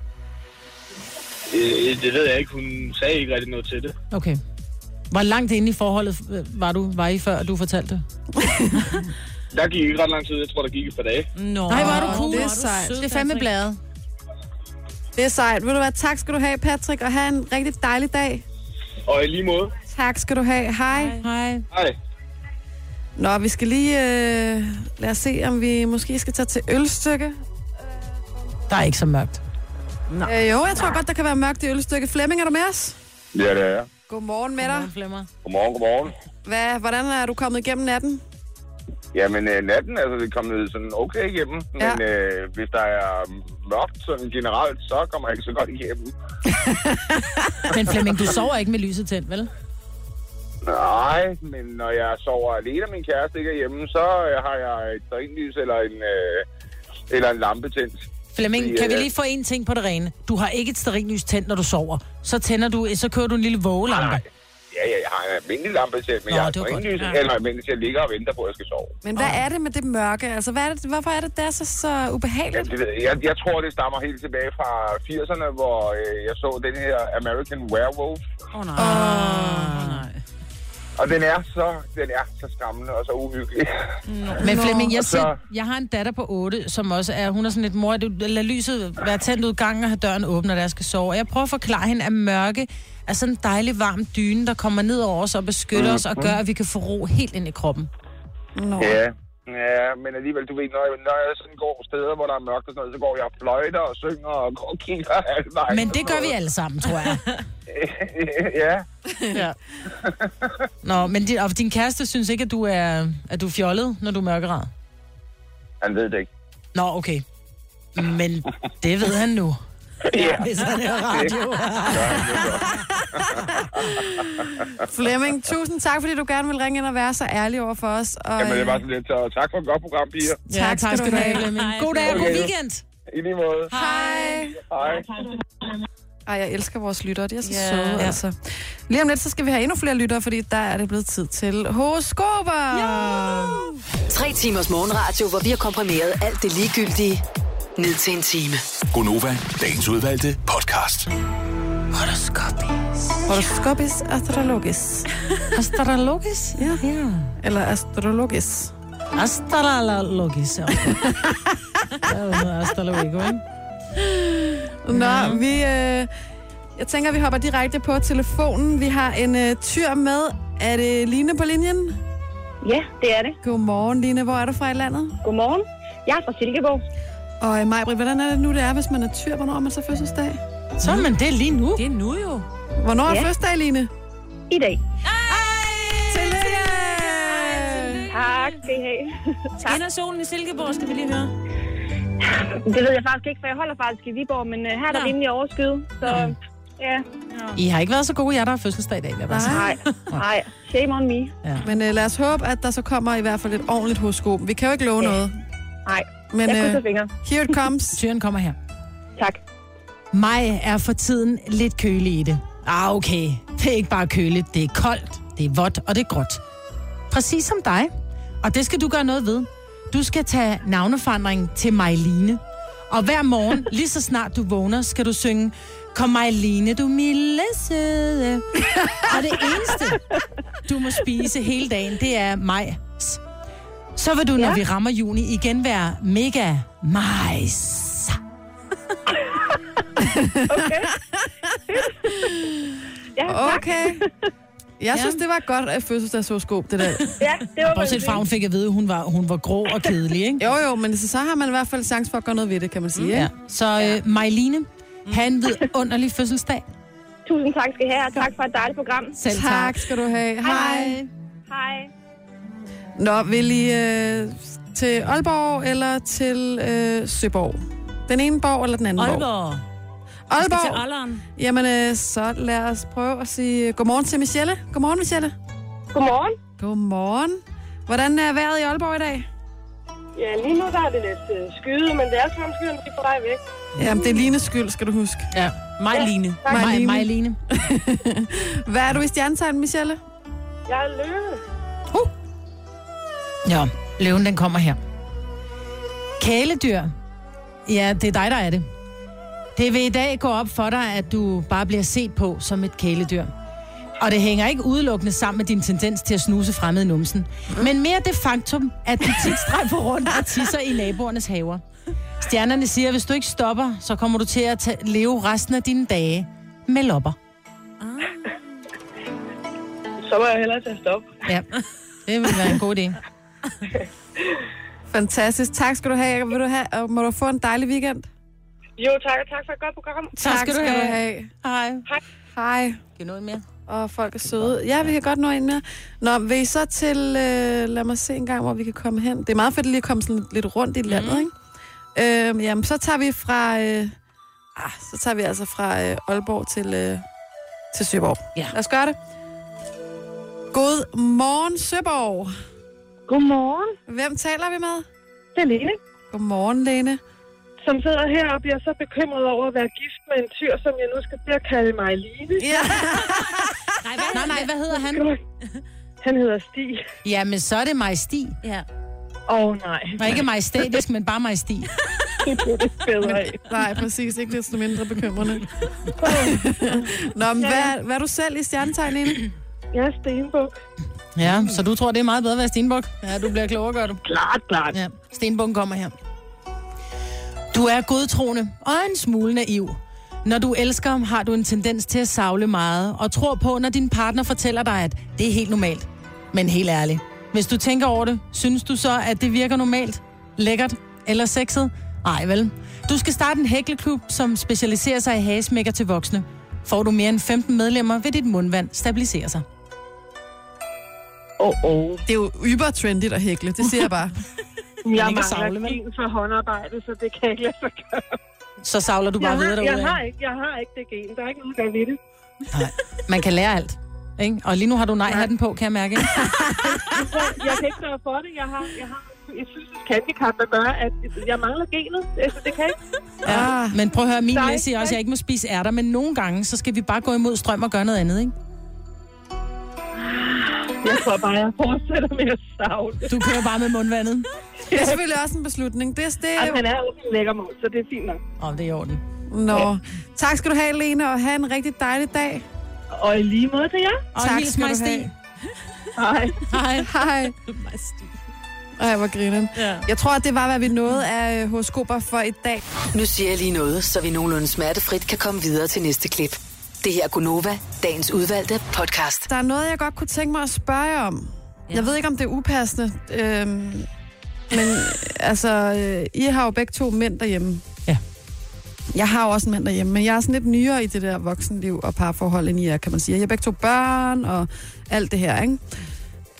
Øh, det ved jeg ikke. Hun sagde ikke rigtig noget til det. Okay. Hvor langt inde i forholdet øh, var du var I før, du fortalte det? Der gik ikke ret lang tid. Jeg tror, der gik et par dage. Mm. Nå, Nej, hvor er du cool. det er sejt. Det er fandme bladet. Det er sejt. Vil du hvad? Tak skal du have, Patrick, og have en rigtig dejlig dag. Og i lige måde. Tak skal du have. Hej. Hej. Hej. Nå, vi skal lige... Øh, lad os se, om vi måske skal tage til ølstykke. Der er ikke så mørkt. Øh, jo, jeg tror godt, der kan være mørkt i ølstykket. Flemming, er du med os? Ja, det er jeg. Godmorgen med dig. Flemmer. Godmorgen, godmorgen. Hvad, hvordan er du kommet igennem natten? Jamen, øh, natten, altså, det er kommet sådan okay igennem. Ja. Men øh, hvis der er mørkt sådan generelt, så kommer jeg ikke så godt igennem. Men Flemming, du sover ikke med lyset tændt, vel? Nej, men når jeg sover alene og min kæreste ikke er hjemme, så øh, har jeg et drinlys eller en, øh, eller en lampe tændt. Flemming, Fordi, kan vi øh, lige få en ting på det rene? Du har ikke et sterillys tændt, når du sover. Så tænder du, så kører du en lille vågelampe. Ja, ja, jeg har en almindelig lampe tændt, men Nå, Nå, jeg har det var et godt. drinlys Ja. eller mens jeg ligger og venter på, at jeg skal sove. Men hvad er det med det mørke? Altså, hvad er det, hvorfor er det, der er så, så Ja, ubehageligt? det ved jeg. jeg, jeg tror, det stammer helt tilbage fra 80'erne, hvor øh, jeg så den her American Werewolf. Åh oh, nej. Ah, Oh, nej. Og den er så, den er så skræmmende og så uhyggelig. Men Flemming, jeg, Og så- siger, jeg har en datter på 8, som også er, hun er sådan lidt mor, du lad lyset være tændt ud gangen og have døren åben, når der skal sove. Og jeg prøver at forklare hende, at mørke er sådan en dejlig varm dyne, der kommer ned over os og beskytter os Mhm. og gør, at vi kan få ro helt ind i kroppen. Nå. Ja, ja, men alligevel, du ved, når jeg, når jeg sådan går steder, hvor der er mørkt og sådan noget, så går jeg og fløjter og synger og går og kigger alle vejen. Men det gør vi alle sammen, tror jeg. [LAUGHS] ja, Ja. Nå, men din, og din kæreste synes ikke, at du er, at du er fjollet, når du er mørkeret? han ved det ikke. Nå, okay. Men det ved han nu. Ja, Hvis han er radio. Flemming, tusind tak, fordi du gerne vil ringe ind og være så ærlig over for os. Og, Jamen, det var sådan lidt. Så tak for et godt program, piger. øh, tak, tak skal du have. Flemming. God dag og god Okay. weekend. I lige måde. Hej. Hej. Ej, jeg elsker vores lyttere. De er så Ja. yeah. søde, Ja. altså. Lige om lidt, så skal vi have endnu flere lyttere, fordi der er det blevet tid til horoskoper. Ja. Tre timers morgenradio, hvor vi har komprimeret alt det ligegyldige ned til en time. Gonova, dagens udvalgte podcast. Horoskopis astrologis. Astralogis? Ja. ja. Eller astrologis. Astralogis. ja. Der er jo noget astralogico, ikke? Nå, vi... Øh, jeg tænker, vi hopper direkte på telefonen. Vi har en øh, tyr med. Er det Line på linjen? Ja, det er det. Godmorgen, Line. Hvor er du fra i landet? Godmorgen. Jeg er fra Silkeborg. Og øh, Majbrit, hvordan er det nu, det er, hvis man er tyr? Hvornår er man så fødselsdag? Så er man det lige nu. Det er nu jo. Hvornår er Ja. fødselsdag, Line? I dag. Tillykke! Tak, det her. [LAUGHS] Skinner solen i Silkeborg, skal vi lige høre. Det ved jeg faktisk ikke, for jeg holder faktisk i Viborg, men øh, her er der Nå. rimelig overskyet. Så ja, I har ikke været så gode, jeg der har fødselsdag i dag. Nej. nej, nej. Shame on me. Men øh, lad os håbe, at der så kommer i hvert fald et ordentligt horoskop. Vi kan jo ikke love Ja. noget. Nej, Men jeg øh, krydser fingre. here it [LAUGHS] comes. Tyren kommer her. Tak. Maj er for tiden lidt kølig i det. Ah, okay. Det er ikke bare køligt. Det er koldt, det er vådt og det er gråt. Præcis som dig. Og det skal du gøre noget ved. Du skal tage navneforandring til Majline. Og hver morgen, lige så snart du vågner, skal du synge Kom Majline, du milde søde. Og det eneste, du må spise hele dagen, det er majs. Så vil du, når vi rammer juni, igen være mega majs. Ja, tak. Okay. Jeg synes, det var et godt øh, fødselsdagshoroskop, det der. Ja, det var Bortset fra, hun fik at vide, at hun var, hun var grå og kedelig, ikke? Jo, jo, men så, så har man i hvert fald chance for at gøre noget ved det, kan man sige. Ja. Ikke? Så øh, Majline, have en vidunderlig fødselsdag. Tusind tak skal I have, og tak for et dejligt program. Selv tak. Tak skal du have. Hej. Hej. Nå, vil I øh, til Aalborg eller til øh, Søborg? Den ene borg eller den anden borg? Aalborg. Vi skal til Aalborg. Alderen. Jamen, øh, så lad os prøve at sige øh, godmorgen til Michelle. Godmorgen, Michelle. Godmorgen. Godmorgen. Hvordan er vejret i Aalborg i dag? Ja, lige nu der er det lidt øh, skyde, men det er som om skyerne de er på vej væk. Jamen, det er Lines skyld, skal du huske. Ja. Majline. Maj, Majline. Majline. Hvad er du i stjernetegn, Michelle? Jeg er løve. Ja, løven den kommer her. Kæledyr. Ja, det er dig, der er det. Det vil i dag gå op for dig, at du bare bliver set på som et kæledyr. Og det hænger ikke udelukkende sammen med din tendens til at snuse fremmede i numsen. Men mere det faktum, at du tit strejfer rundt og tisser i naboernes haver. Stjernerne siger, at hvis du ikke stopper, så kommer du til at ta- leve resten af dine dage med lopper. Så må jeg hellere tage stop. Ja, det vil være en god idé. Fantastisk. Tak skal du have. Vil du have og må du få en dejlig weekend? Jo, tak, og tak for et godt program. Tak skal du have. Hej. Hej. Kan du nå en mere? og folk er søde. Ja, vi kan godt nå en mere. Nå, vil I så til, øh, lad mig se en gang, hvor vi kan komme hen. Det er meget fedt lige at komme sådan lidt rundt i landet, mm. ikke? Øh, jamen, så tager vi fra, øh, ah, så tager vi altså fra øh, Aalborg til, øh, til Søborg. Ja. Lad os gøre det. God morgen, Søborg. Godmorgen. Hvem taler vi med? Det er Lene, Godmorgen, Lene. som sidder her og bliver så bekymret over at være gift med en tyr, som jeg nu skal til at kalde mig Line. Ja. Nej, hvad? Nej, nej, hvad hedder han? Han hedder Stig. Jamen, så er det majesti. Ja. Åh oh, nej, Og ikke majestætisk, men bare majesti. det blev det bedre af. [LAUGHS] Nej, præcis. Ikke desto mindre bekymrende. Nå, men hvad, hvad er du selv i stjernetegn, Lene? Jeg er Stenbuk. Ja, så du tror, det er meget bedre at være stenbuk? Ja, du bliver klogere, gør du. Klart, klart. Ja, Stenbukken kommer her. Du er godtroende og en smule naiv. Når du elsker, har du en tendens til at savle meget, og tror på, når din partner fortæller dig, at det er helt normalt. Men helt ærligt, hvis du tænker over det, synes du så, at det virker normalt, lækkert eller sexet? Ej vel. Du skal starte en hækleklub, som specialiserer sig i hagesmækker til voksne. Får du mere end 15 medlemmer, vil dit mundvand stabilisere sig. Åh, oh, oh. Det er jo yber-trendigt at hækle, det siger jeg [LAUGHS] bare. Jeg ikke savle, mangler vel? gen for håndarbejde, så det kan ikke lade sig gøre. Så savler du bare Jeg har, videre jeg, derudad. har ikke, jeg har ikke det gen. Der er ikke nogen, der ved det. Man kan lære alt. Ikke? Og lige nu har du nej-hatten på, kan jeg mærke. [LAUGHS] Ikke? Jeg kan ikke gøre for det. Jeg har, jeg har et fysisk handicap, der gør, at jeg mangler genet. Altså, det kan ikke. Ja. Men prøv at høre, min Ah. Nej, læge siger også, at jeg ikke må spise ærter, men nogle gange, så skal vi bare gå imod strøm og gøre noget andet, ikke? Jeg tror bare, jeg fortsætter med at savle. Du kører bare med mundvandet. Det er selvfølgelig også en beslutning. Det, det er Ej, han er jo en lækker mål, så det er fint nok. Åh, oh, det er i orden. Nå. Tak skal du have, Lene, og have en rigtig dejlig dag. Og i lige måde til jer. Og tak hils skal mig, du have. Hej. [LAUGHS] Hej. Hej. Ej, hvor grinen. Ja. Jeg tror, at det var, hvad vi nåede af øh, horoskoper for i dag. Nu siger jeg lige noget, så vi nogenlunde smertefrit kan komme videre til næste klip. Det her er Gunova, dagens udvalgte podcast. Der er noget, jeg godt kunne tænke mig at spørge jer om. Ja. Jeg ved ikke, om det er upassende, øhm, men [LAUGHS] altså, øh, I har jo begge to mænd derhjemme. Ja. Jeg har jo også en mand derhjemme, men jeg er sådan lidt nyere i det der voksenliv og parforhold, end I er, kan man sige. Jeg har begge to børn og alt det her, ikke?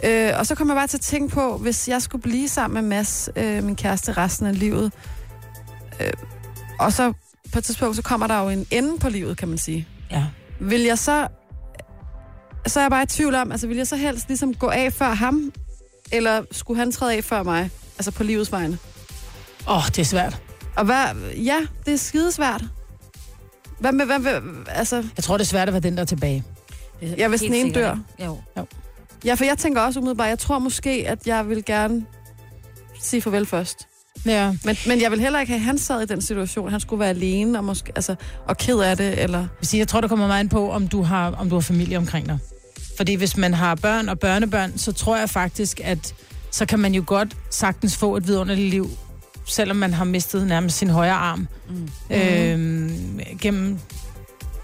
Øh, og så kommer jeg bare til at tænke på, hvis jeg skulle blive sammen med Mads, øh, min kæreste, resten af livet, øh, og så på et tidspunkt, så kommer der jo en ende på livet, kan man sige. Ja. Vil jeg så... Så er jeg bare i tvivl om, altså vil jeg så helst ligesom gå af før ham, eller skulle han træde af før mig? Altså på livets vegne. Åh, oh, det er svært. Og hvad... Ja, det er skidesvært. Hvad med... Hvad, hvad, altså, Jeg tror, det er svært at være den, der er tilbage. ja, hvis den ene dør. Jo. Ja, for jeg tænker også umiddelbart, jeg tror måske, at jeg vil gerne sige farvel først. Ja. Men, men jeg vil heller ikke have, at han sad i den situation. Han skulle være alene og, måske, altså, og ked af det, eller... Jeg vil sige, Jeg tror, det kommer meget ind på, om du, har, om du har familie omkring dig. Fordi hvis man har børn og børnebørn, så tror jeg faktisk, at så kan man jo godt sagtens få et vidunderligt liv, selvom man har mistet nærmest sin højre arm mm. øhm, gennem,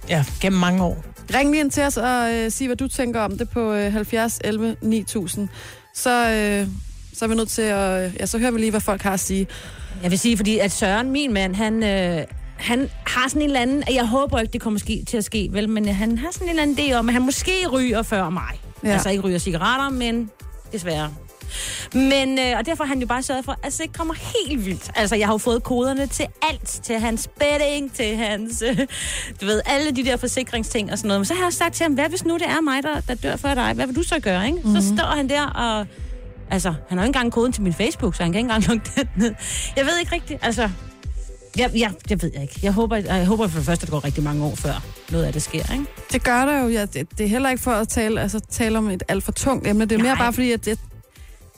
ja, gennem mange år. Ring lige ind til os og øh, sig, hvad du tænker om det på øh, 70 11 9000. Så, øh, så er vi nødt til at... Øh, ja, så hører vi lige, hvad folk har at sige. Jeg vil sige, fordi at Søren, min mand, han, øh, han har sådan en eller anden... Jeg håber ikke, det kommer ske, til at ske, vel? Men øh, han har sådan en eller anden idé om, at han måske ryger før mig. Ja. Ja. Altså ikke ryger cigaretter, men desværre. Men, øh, og derfor har han jo bare sørget for at altså, sikre mig helt vildt. Altså, jeg har jo fået koderne til alt. Til hans bedding, til hans, øh, du ved, alle de der forsikringsting og sådan noget. Men så har jeg også sagt til ham, hvad hvis nu det er mig, der, der dør før dig? Hvad vil du så gøre, ikke? Mm-hmm. Så står han der og... Altså, han har jo ikke engang koden til min Facebook, så han kan ikke engang lukke den ned. Jeg ved ikke rigtigt, altså... Jeg, jeg, det ved jeg ikke. Jeg håber, jeg håber for det første, at det går rigtig mange år før noget af det sker, ikke? Det gør der jo. Ja, det, det er heller ikke for at tale, altså, tale om et alt for tungt emne. Det er mere Nej. bare fordi, at jeg,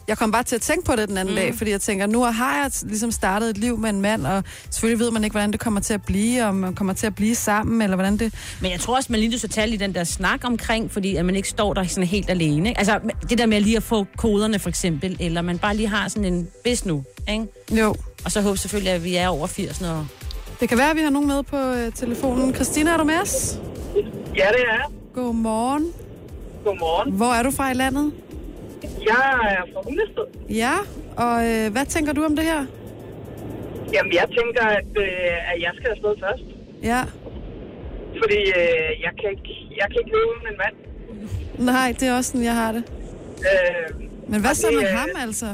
jeg kom bare til at tænke på det den anden mm. dag, fordi jeg tænker, nu har jeg ligesom startet et liv med en mand, og selvfølgelig ved man ikke, hvordan det kommer til at blive, om man kommer til at blive sammen, eller hvordan det... Men jeg tror også, man lige nu så tage lige den der snak omkring, fordi at man ikke står der sådan helt alene. Ikke? Altså, det der med lige at få koderne, for eksempel, eller man bare lige har sådan en bis nu, ikke? Jo, Og så håber selvfølgelig, at vi er over 80, når... det kan være, at vi har nogen med på øh, telefonen. Christina, er du med os? Ja, det er. Godmorgen. Godmorgen. Hvor er du fra i landet? Jeg er fra Hundested. Ja, og øh, hvad tænker du om det her? Jamen, jeg tænker, at, øh, at jeg skal afsted først. Ja, Fordi øh, jeg, kan ikke, jeg kan ikke leve uden en mand. Nej, det er også sådan, jeg har det. Øh, Men hvad så det, med øh, ham, altså?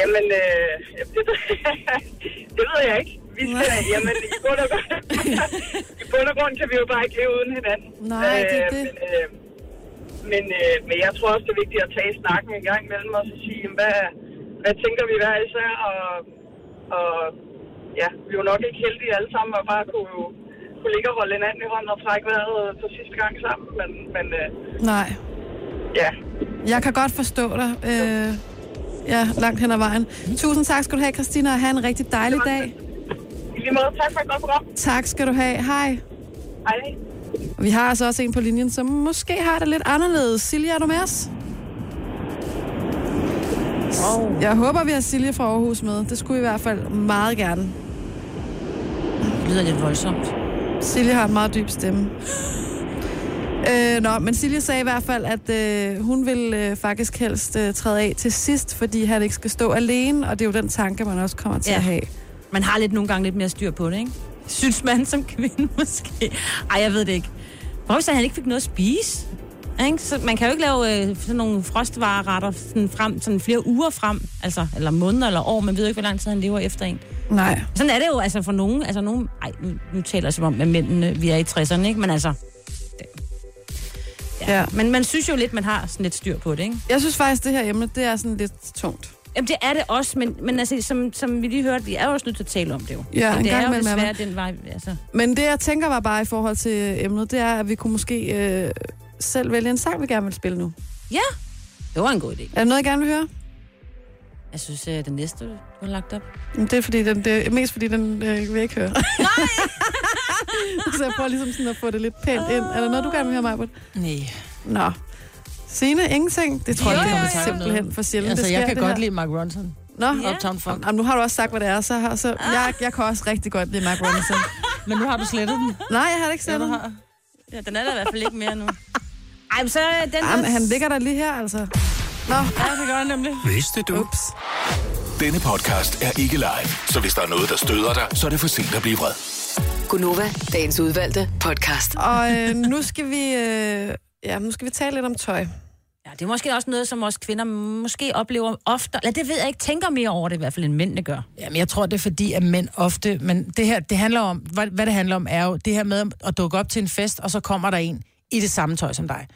jamen, øh, det, det ved jeg ikke. Vi skal, jamen, i bund, og [LAUGHS] grund, i bund og grund kan vi jo bare ikke leve uden hinanden. Nej, det er det. Men, øh, men, øh, men jeg tror også, det er vigtigt at tage snakken en gang imellem og så sige, jamen, hvad, hvad tænker vi hver især? Og, og ja, vi er jo nok ikke heldige alle sammen at bare kunne, kunne ligge og holde hinanden i hånden og trække vejret for sidste gang sammen. Men, men øh, Nej. ja, Jeg kan godt forstå dig. Øh, ja, langt hen ad vejen. Tusind tak skal du have, Christina, og have en rigtig dejlig dag. i lige måde, tak for et godt program. Tak skal du have. Hej. Hej. Og vi har altså også en på linjen, som måske har det lidt anderledes. Silja, er du med os? Oh. Jeg håber, vi har Silje fra Aarhus med. Det skulle vi i hvert fald meget gerne. Det lyder lidt voldsomt. Silje har en meget dyb stemme. [LAUGHS] Øh, nå, men Silje sagde i hvert fald, at øh, hun vil øh, faktisk helst øh, træde af til sidst, fordi han ikke skal stå alene, og det er jo den tanke, man også kommer til ja. Ja. at have. Man har lidt nogle gange lidt mere styr på det, ikke? Synes man som kvinde [LAUGHS] måske. Ej, jeg ved det ikke. Hvor hvis han ikke fik noget at spise? Ikke? Så man kan jo ikke lave øh, sådan nogle frostvareretter sådan frem, sådan flere uger frem, altså, eller måneder eller år. Man ved jo ikke, hvor lang tid han lever efter en. Nej. Sådan er det jo altså for nogen. Altså nogen ej, nu, nu taler jeg som om, at mændene, vi er i 60'erne, ikke? Men altså... det- Ja. Men man synes jo lidt, man har sådan lidt styr på det, ikke? Jeg synes faktisk, det her emne, det er sådan lidt tungt. Jamen, det er det også, men, men altså, som, som vi lige hørte, vi er jo også nødt til at tale om det jo. Ja, og en det gang er jo imellem er man. desværre den vej, altså... Men det, jeg tænker var bare i forhold til øh, emnet, det er, at vi kunne måske øh, selv vælge en sang, vi gerne vil spille nu. Ja, det var en god idé. Er der noget, I gerne vil høre? Jeg synes, øh, det næste, du har lagt op. Men Det er, fordi den, det er mest fordi, den øh, vil jeg ikke høre. Nej! [LAUGHS] så jeg prøver ligesom sådan at få det lidt pænt ind. Er der noget, du gerne vil høre, Majbert? Nej. Nå. Sine, ingenting. Det tror Jo, jeg, det jo, kommer jo, jo. simpelthen for sjældent. Altså, det sker, jeg kan det godt her. lide Mark Ronson. Nå, Ja. Ah. ja. Uptown Funk. Jamen, nu har du også sagt, hvad det er, så, har, så jeg, jeg kan også rigtig godt lide Ah. Mark Ronson. Men nu har du slettet [LAUGHS] den. Nej, jeg har det ikke selv. Ja, den er der i hvert fald ikke mere nu. [LAUGHS] Ej, men så øh, den Jamen, der... han ligger der lige her, altså. Nå, Ja, det gør jeg nemlig. Vidste du? ups. Denne podcast er ikke live, så hvis der er noget, der støder dig, så er det for sent at blive vred. Gunova, dagens udvalgte podcast. Og øh, nu skal vi... Øh, ja, nu skal vi tale lidt om tøj. Ja, det er måske også noget, som os kvinder måske oplever ofte. Eller det ved jeg ikke, tænker mere over det i hvert fald, end mændene gør. Jamen, jeg tror, det er fordi, at mænd ofte... Men det her, det handler om... Hvad, hvad det handler om, er jo det her med at dukke op til en fest, og så kommer der en i det samme tøj som dig.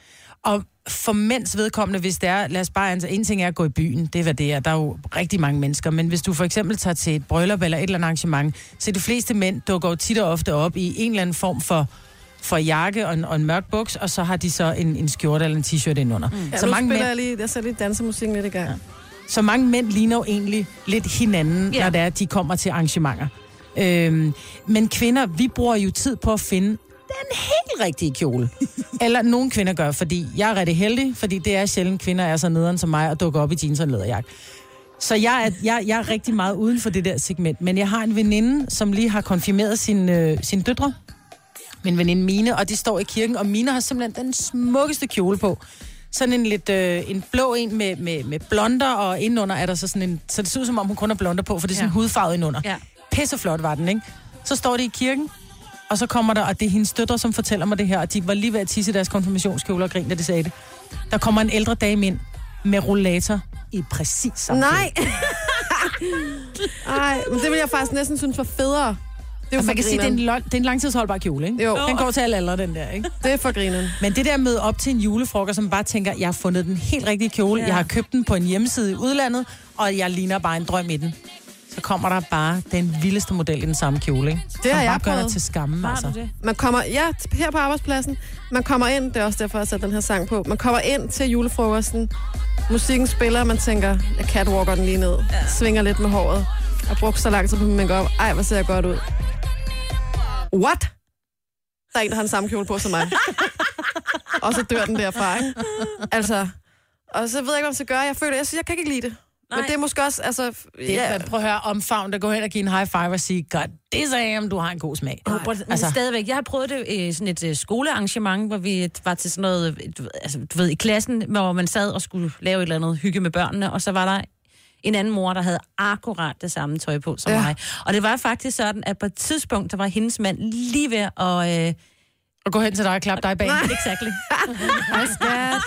Og for mænds vedkommende, hvis det er... Lad os bare antage... En ting er at gå i byen, det er hvad det er. Der er jo rigtig mange mennesker. Men hvis du for eksempel tager til et bryllup eller et eller andet arrangement, så de fleste mænd dukker jo tit og ofte op i en eller anden form for for jakke og en, og en mørk buks, og så har de så en, en skjorte eller en t-shirt indenunder. Mm. Ja, så nu mange spiller mænd, jeg lige... Jeg sætter lige dansemusikken lidt i gang. Ja. så mange mænd ligner jo egentlig lidt hinanden, Ja. yeah. når det er, at de kommer til arrangementer. Øhm, men kvinder, vi bruger jo tid på at finde den helt rigtige kjole. Eller nogle kvinder gør, fordi jeg er rigtig heldig, fordi det er sjældent, kvinder er så nederen som mig og dukker op i jeans og en læderjakke. Så jeg er, jeg, jeg er rigtig meget uden for det der segment. Men jeg har en veninde, som lige har konfirmeret sin, øh, sin døtre. Min veninde Mine, og de står i kirken, og Mine har simpelthen den smukkeste kjole på. Sådan en lidt øh, en blå en med, med, med blonder, og indenunder er der så sådan en... Så det ser ud som om, hun kun har blonder på, for det er sådan ja. hudfarvet indenunder. Ja. Pisseflot var den, ikke? Så står de i kirken, og så kommer der, og det er hendes døtre, som fortæller mig det her, og de var lige ved at tisse i deres konfirmationskjole og grine, da de sagde det. Der kommer en ældre dame ind med rollator i præcis samme Nej! [LAUGHS] Nej, men det vil jeg faktisk næsten synes var federe. Det er jo Og for Altså, man kan sige, det er, en grineren. lo- det er en langtidsholdbar kjole, ikke? Jo. Den går til alle aldre, den der, ikke? Det er for grineren. Men det der med op til en julefrokost, som bare tænker, jeg har fundet den helt rigtige kjole, ja. jeg har købt den på en hjemmeside i udlandet, og jeg ligner bare en drøm i den. Så kommer der bare den vildeste model i den samme kjole, ikke? Det har som jeg bare gør dig prøvet. til skamme, altså. det? Man kommer, ja, t- her på arbejdspladsen, man kommer ind, det er også derfor, jeg satte den her sang på, man kommer ind til julefrokosten, musikken spiller, og man tænker, jeg catwalker den lige ned, ja. svinger lidt med håret, og brugt så lang tid på min makeup. Ej, hvor ser jeg godt ud. What? Der er en, der har den samme kjole på som [LAUGHS] mig. og så dør den derfra, ikke? Altså, og så ved jeg ikke, hvad jeg skal gøre. Jeg føler, jeg, synes, jeg kan ikke lide det. Nej. Men det er måske også, altså... Det, ja. yeah. Prøv at høre, omfavn der går hen og giver en high five og siger, god damn, du har en god smag. Men Altså. altså. stadigvæk, jeg har prøvet det i sådan et øh, skolearrangement, hvor vi var til sådan noget, øh, du ved, altså, du ved, i klassen, hvor man sad og skulle lave et eller andet hygge med børnene, og så var der en anden mor, der havde akkurat det samme tøj på som Ja. ja. mig. Og det var faktisk sådan, at på et tidspunkt, der var hendes mand lige ved at øh, Og gå hen til dig og klappe dig bag. Exactly. [LAUGHS] Hej, skat.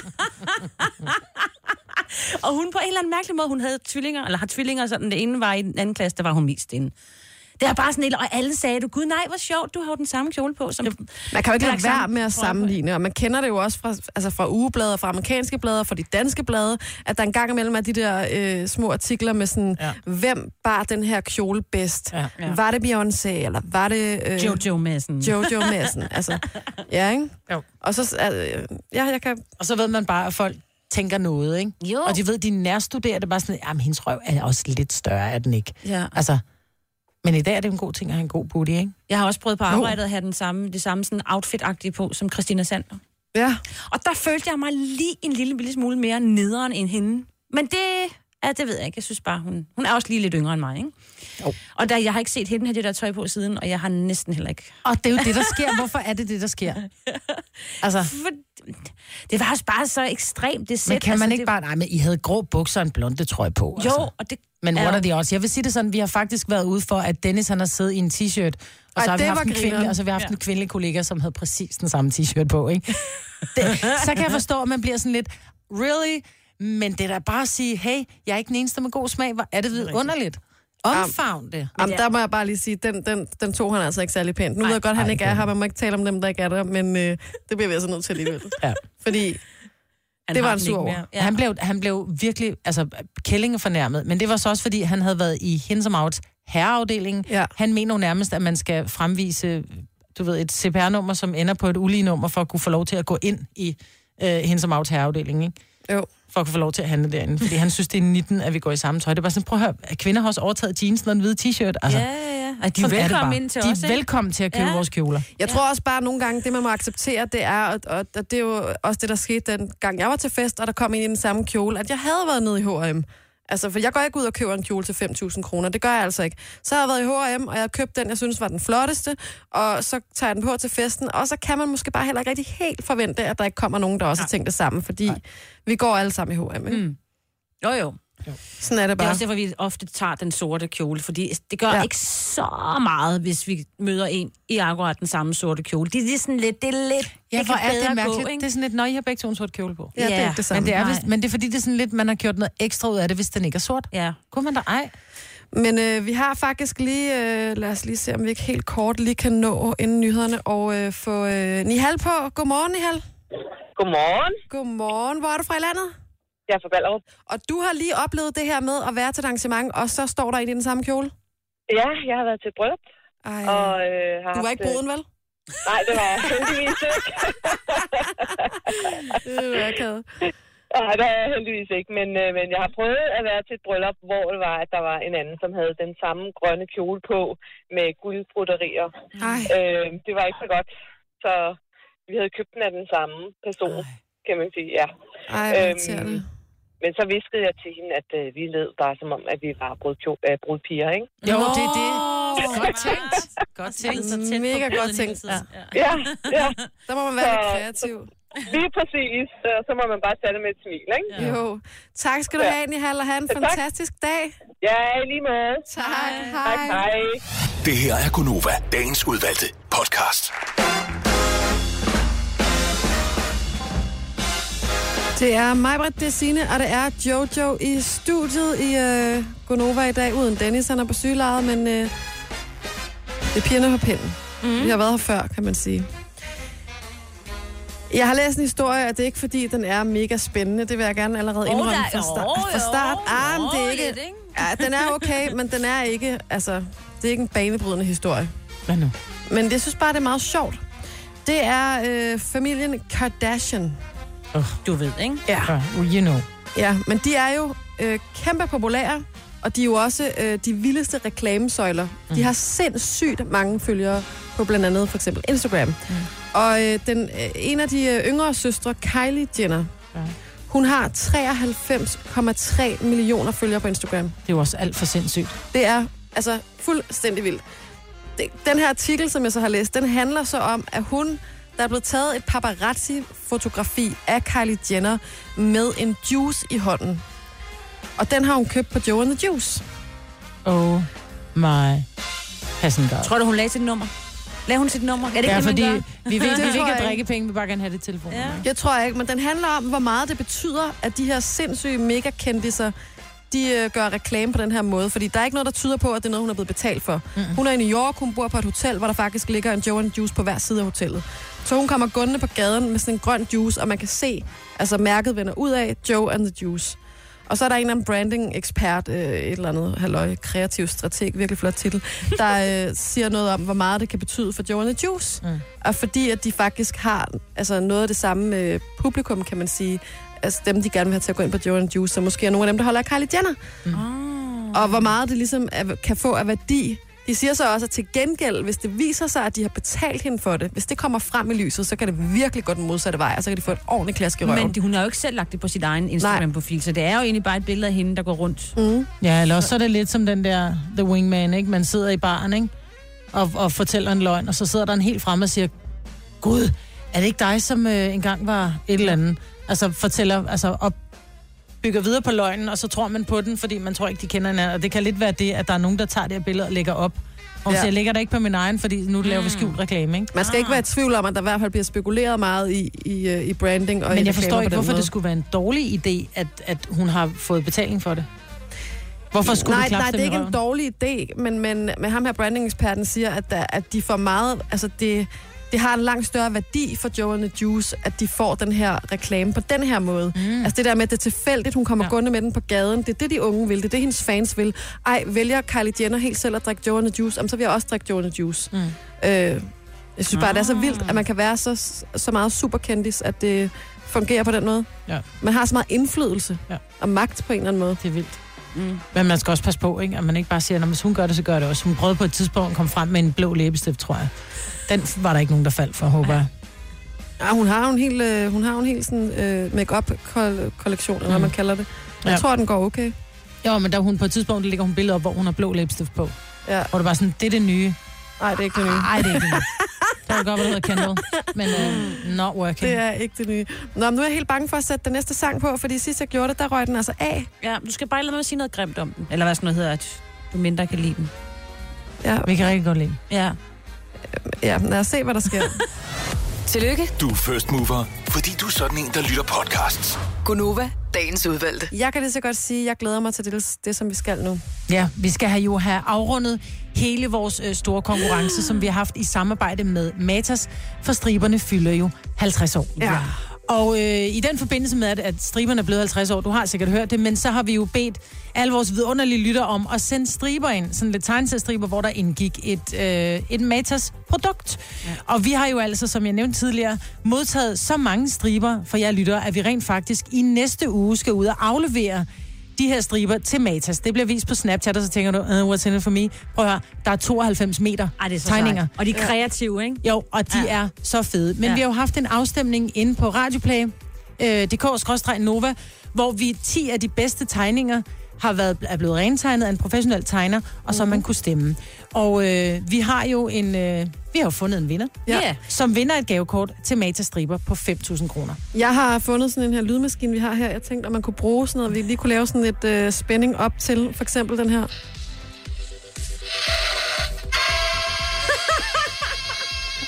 Og hun på en eller anden mærkelig måde, hun havde tvillinger, eller har tvillinger, sådan det ene var i den anden klasse, der var hun mest inde. Det er bare sådan et, og alle sagde, du gud nej, hvor sjovt, du har jo den samme kjole på. Som... Man kan jo ikke Det er lade ikke være sammen- med at sammenligne, og man kender det jo også fra, altså fra ugeblader, fra amerikanske blader, fra de danske blade, at der engang imellem er de der øh, små artikler med sådan, ja. Ja. hvem bar den her kjole bedst? Ja. Ja. Var det Beyoncé, eller var det øh, Jojo Madsen. Jo. Jojo Madsen? altså, ja, ikke? Jo. Og så, øh, ja, jeg kan... Og så ved man bare, at folk tænker noget, ikke? Jo. Og de ved, at de nærstuderede bare sådan, at hendes røv er også lidt større, er den ikke? Ja. Altså, men i dag er det en god ting at have en god booty, ikke? Jeg har også prøvet på arbejdet at have den samme, det samme sådan outfit-agtige på, som Christina Sander. Ja. Og der følte jeg mig lige en lille, lille smule mere nederen end hende. Men det, ja, det ved jeg ikke. Jeg synes bare, hun, hun er også lige lidt yngre end mig, ikke? Jo. Og der, jeg har ikke set hende have det der tøj på siden, og jeg har næsten heller ikke Og det er jo det, der sker. Hvorfor er det det, der [LAUGHS] sker? Altså, for, det var også bare så ekstremt, det sæt. men kan man altså, ikke det, bare... Nej, men I havde grå bukser og en blonde trøje på. Jo. Jo, Altså. og det... Men what Ja. are the odds? Jeg vil sige det sådan, vi har faktisk været ude for, at Dennis han har siddet i en t-shirt, og Ej, så, har vi det haft var en kvindelig, grineren. og så har vi haft en kvindelig kollega, som havde præcis den samme t-shirt på, ikke? [LAUGHS] Det, så kan jeg forstå, at man bliver sådan lidt, really? Men det er da bare at sige, hey, jeg er ikke den eneste med god smag. Hvor er det vidunderligt? Omfavn det. Jamen, der må jeg bare lige sige, den, den, den tog han altså ikke særlig pænt. Nu ved jeg godt, han ej, ikke er her, man må ikke tale om dem, der ikke er der, men øh, det bliver vi altså nødt til alligevel. Ja. Fordi Han Det var har en den sur ikke over. mere. Ja. Han, blev, han blev virkelig, altså kællinge fornærmet, men det var så også, fordi han havde været i hendes og Mauds herreafdeling. Ja. Han mener jo nærmest, at man skal fremvise, du ved, et CPR-nummer, som ender på et ulige nummer, for at kunne få lov til at gå ind i øh, hendes og Mauds herreafdeling, ikke? Jo. For at kunne få lov til at handle derinde. Fordi han synes, det er 19, at vi går i samme tøj. Det var sådan, prøv at høre, at kvinder har også overtaget jeansen og en hvid t-shirt. Altså, Ja, ja, ja. Og de er sådan det velkommen bare. ind til De er os, ikke? velkommen til at købe Ja. ja. vores kjoler. Jeg tror også bare, at nogle gange, det man må acceptere, det er, og, og, og det er jo også det, der skete den gang, jeg var til fest, og der kom en i den samme kjole, at jeg havde været nede i H&M. Altså, for jeg går ikke ud og køber en kjole til 5.000 kroner, det gør jeg altså ikke. Så har jeg været i H&M, og jeg har købt den, jeg synes var den flotteste, og så tager jeg den på til festen, og så kan man måske bare heller ikke rigtig helt forvente, at der ikke kommer nogen, der også har tænkt det samme, fordi Nej. vi går alle sammen i H&M. Mm. Jo, jo. Sådan er det Det er bare. også derfor, vi ofte tager den sorte kjole, fordi det gør Ja. ja. ikke så meget, hvis vi møder en i akkurat den samme sorte kjole. Det er lige sådan lidt, det er lidt, Ja, det hvor kan er bedre det gå, mærkeligt. ikke? det er sådan lidt, når I har begge to en sort kjole på. Ja, det er Ja, ikke det samme. Men det, er Nej. vist, men det er fordi, det er sådan lidt, man har gjort noget ekstra ud af det, hvis den ikke er sort. Ja. Kunne man da ej? Men øh, vi har faktisk lige, øh, lad os lige se, om vi ikke helt kort lige kan nå inden nyhederne og øh, få øh, Nihal på. Godmorgen, Nihal. Godmorgen. Godmorgen. Hvor er du fra i landet? Jeg er fra Ballerup. Og du har lige oplevet det her med at være til et arrangement, og så står der en i den samme kjole? Ja, jeg har været til bryllup. Ej, Og, øh, har Mm. du var haft, ikke øh, bruden, vel? Nej, det var jeg heldigvis [LAUGHS] ikke. Det var akavet. Nej, det var jeg heldigvis ikke. Men, øh, men jeg har prøvet at være til et bryllup, hvor det var, at der var en anden, som havde den samme grønne kjole på med guldbroderier. Ej, Øh, det var ikke så godt. Så vi havde købt den af den samme person, kan man sige. Ja. ej, hvor irriterende. Men så viskede jeg til hende, at øh, vi lød bare som om, at vi var brudkjo- øh, brudpiger, ikke? Jo, det er det. Godt tænkt. Godt tænkt. Mega godt tænkt. Ja. Ja, ja, Der må man være lidt Så- kreativ. lige præcis. Så, så må man bare tage det med et smil, ikke? Jo. Tak skal du have, Nihal, og have en tak. fantastisk dag. Ja, i lige måde. Tak. Hej. Tak, hej. Det her er Gunova, dagens udvalgte podcast. Det er mig, Britt, det er Signe, og det er Jojo i studiet i øh, Gonova i dag, uden Dennis, han er på sygelejet, men øh, det er pigerne på pinden. Mm. Vi har været her før, kan man sige. Jeg har læst en historie, og det er ikke fordi, den er mega spændende. Det vil jeg gerne allerede Åh, indrømme der- fra, sta- åh, fra jo, start. Ah, men det er åh, ikke... lidt, ikke? Ja, den er [LAUGHS] okay, men den er ikke... Altså, det er ikke en banebrydende historie. Hvad nu? Men jeg synes bare, det er meget sjovt. Det er øh, familien Kardashian. Du ved, ikke? Ja. Ja, you know. Ja, men de er jo øh, kæmpe populære, og de er jo også øh, de vildeste reklamesøjler. De har sindssygt mange følgere på blandt andet for eksempel Instagram. Mm. Og øh, den, øh, en af de øh, yngre søstre, Kylie Jenner, Ja. hun har 93,3 millioner følgere på Instagram. Det er jo også alt for sindssygt. Det er altså fuldstændig vildt. Det- Den her artikel, som jeg så har læst, den handler så om, at hun, der er blevet taget et paparazzi-fotografi af Kylie Jenner med en juice i hånden. Og den har hun købt på Joe and the Juice. Oh my passing Tror du, hun lagde sit nummer? Lagde hun sit nummer? Er det ikke Ja, det, man fordi gør? Vi vil, Det vi vil tror ikke jeg have ikke. drikkepenge, vi vil bare gerne have det telefon. Ja. Ja. Jeg tror ikke, men den handler om, hvor meget det betyder, at de her sindssyge megakendisser, de øh, gør reklame på den her måde. Fordi der er ikke noget, der tyder på, at det er noget, hun er blevet betalt for. Mm. Hun er i New York, hun bor på et hotel, hvor der faktisk ligger en Joe and Juice på hver side af hotellet. Så hun kommer gående på gaden med sådan en grøn juice, og man kan se, altså mærket vender ud af, Joe and the Juice. Og så er der en eller anden branding-ekspert, øh, et eller andet, halløj, kreativ strateg, virkelig flot titel, der øh, siger noget om, hvor meget det kan betyde for Joe and the Juice. Mm. Og fordi at de faktisk har altså noget af det samme øh, publikum, kan man sige, altså dem, de gerne vil have til at gå ind på Joe and the Juice, så måske er nogle af dem, der holder af Kylie Jenner. Ah. Mm. Og hvor meget det ligesom er, kan få af værdi. De siger så også, at til gengæld, hvis det viser sig, at de har betalt hende for det, hvis det kommer frem i lyset, så kan det virkelig gå den modsatte vej, og så kan de få et ordentligt klask i røven. Men det- hun har jo ikke selv lagt det på sit egen Instagram-profil, så det er jo egentlig bare et billede af hende, der går rundt. ja, eller også så er det lidt som den der The Wingman, ikke? Man sidder i baren, ikke? Og, og fortæller en løgn, og så sidder der en helt frem og siger, Gud, er det ikke dig, som øh, engang var et eller andet? Altså fortæller, altså op, bygger videre på løgnen, og så tror man på den, fordi man tror ikke, de kender hinanden. Og det kan lidt være det, at der er nogen, der tager det her billede og lægger op. Og ja. Ja. Mm. jeg lægger det ikke på min egen, fordi nu laver vi skjult reklame, ikke? Man skal ikke være i tvivl om, at der i hvert fald bliver spekuleret meget i, i, øh, i branding og Men i jeg forstår reklamer på ikke, den hvorfor måde. det skulle være en dårlig idé, at, at hun har fået betaling for det. Hvorfor skulle nej, du klappe nej, det dem er i ikke en røven? dårlig idé, men, men, men ham her branding-eksperten siger, at, der, at de får meget... Altså, det, det har en langt større værdi for Joe and the Juice, at de får den her reklame på den her måde. Mm. Altså det der med, at det er tilfældigt, hun kommer Ja. ja. gående med den på gaden. Det er det, de unge vil. Det er det, hendes fans vil. Ej, vælger Kylie Jenner helt selv at drikke Joe and the Juice? Jamen, så vil jeg også drikke Joe and the Juice. Mm. Øh, jeg synes bare, det er Ah. så vildt, at man kan være så, så meget superkendis, at det fungerer på den måde. Ja. Man har så meget indflydelse Ja. ja. og magt på en eller anden måde. Det er vildt. Mm. Men man skal også passe på, ikke? at man ikke bare siger, at hvis hun gør det, så gør jeg det også. Hun prøvede på et tidspunkt at komme frem med en blå læbestift, tror jeg. Den f- var der ikke nogen, der faldt for, håber jeg. Ja, hun har jo en hel, øh, hun har jo en hel sådan, øh, make-up kol- kollektion, eller hvad man kalder det. Jeg Mm. Ja. ja. tror, den går okay. Jo, men der hun på et tidspunkt der ligger hun billeder op, hvor hun har blå læbestift på. Ja. Og det var sådan, det er det nye. Nej, det er ikke det nye. Nej, det er ikke [LAUGHS] det nye. Der er godt, hvad der hedder Kendall. Men uh, not working. Det er ikke det nye. Nå, men nu er jeg helt bange for at sætte den næste sang på, fordi sidst jeg gjorde det, der røg den altså af. Ja, du skal bare lade mig sige noget grimt om den. Eller hvad sådan noget hedder, at du mindre kan lide den. Ja, Vi kan rigtig godt lide. Ja. ja lad os se, hvad der [LAUGHS] sker. Tillykke, Du er first mover, fordi du er sådan en, der lytter podcasts. Gunova, dagens udvalgte. jeg kan lige så godt sige, at jeg glæder mig til det, det som vi skal nu. Ja, vi skal have jo have afrundet hele vores øh, store konkurrence, som vi har haft i samarbejde med Matas, for striberne fylder jo 50 år. Ja. Og øh, i den forbindelse med, at, at striberne er blevet 50 år, du har sikkert hørt det, men så har vi jo bedt alle vores vidunderlige lytter om at sende striber ind, sådan lidt tegneseriestriber, hvor der indgik et, øh, et Matas-produkt. Ja. Og vi har jo altså, som jeg nævnte tidligere, modtaget så mange striber for jer lyttere, at vi rent faktisk i næste uge skal ud og aflevere de her striber til Matas. Det bliver vist på Snapchat, og så tænker du, uh, what's in it for me? Prøv at høre, der er 92 meter Ej, det er så tegninger. Sejt. Og de er kreative, ikke? Jo, og de ja. Ja. er så fede. Men ja. Ja. vi har jo haft en afstemning inde på øh, radioplay.dk-nova, hvor vi 10 af de bedste tegninger har været, er blevet rentegnet af en professionel tegner, og så Mhm. man kunne stemme. Og øh, vi har jo en, øh, vi har jo fundet en vinder, Ja. som vinder et gavekort til Mata Striber på 5.000 kroner. Jeg har fundet sådan en her lydmaskine, vi har her. Jeg tænkte, om man kunne bruge sådan noget. Vi lige kunne lave sådan et øh, spænding op til, for eksempel den her.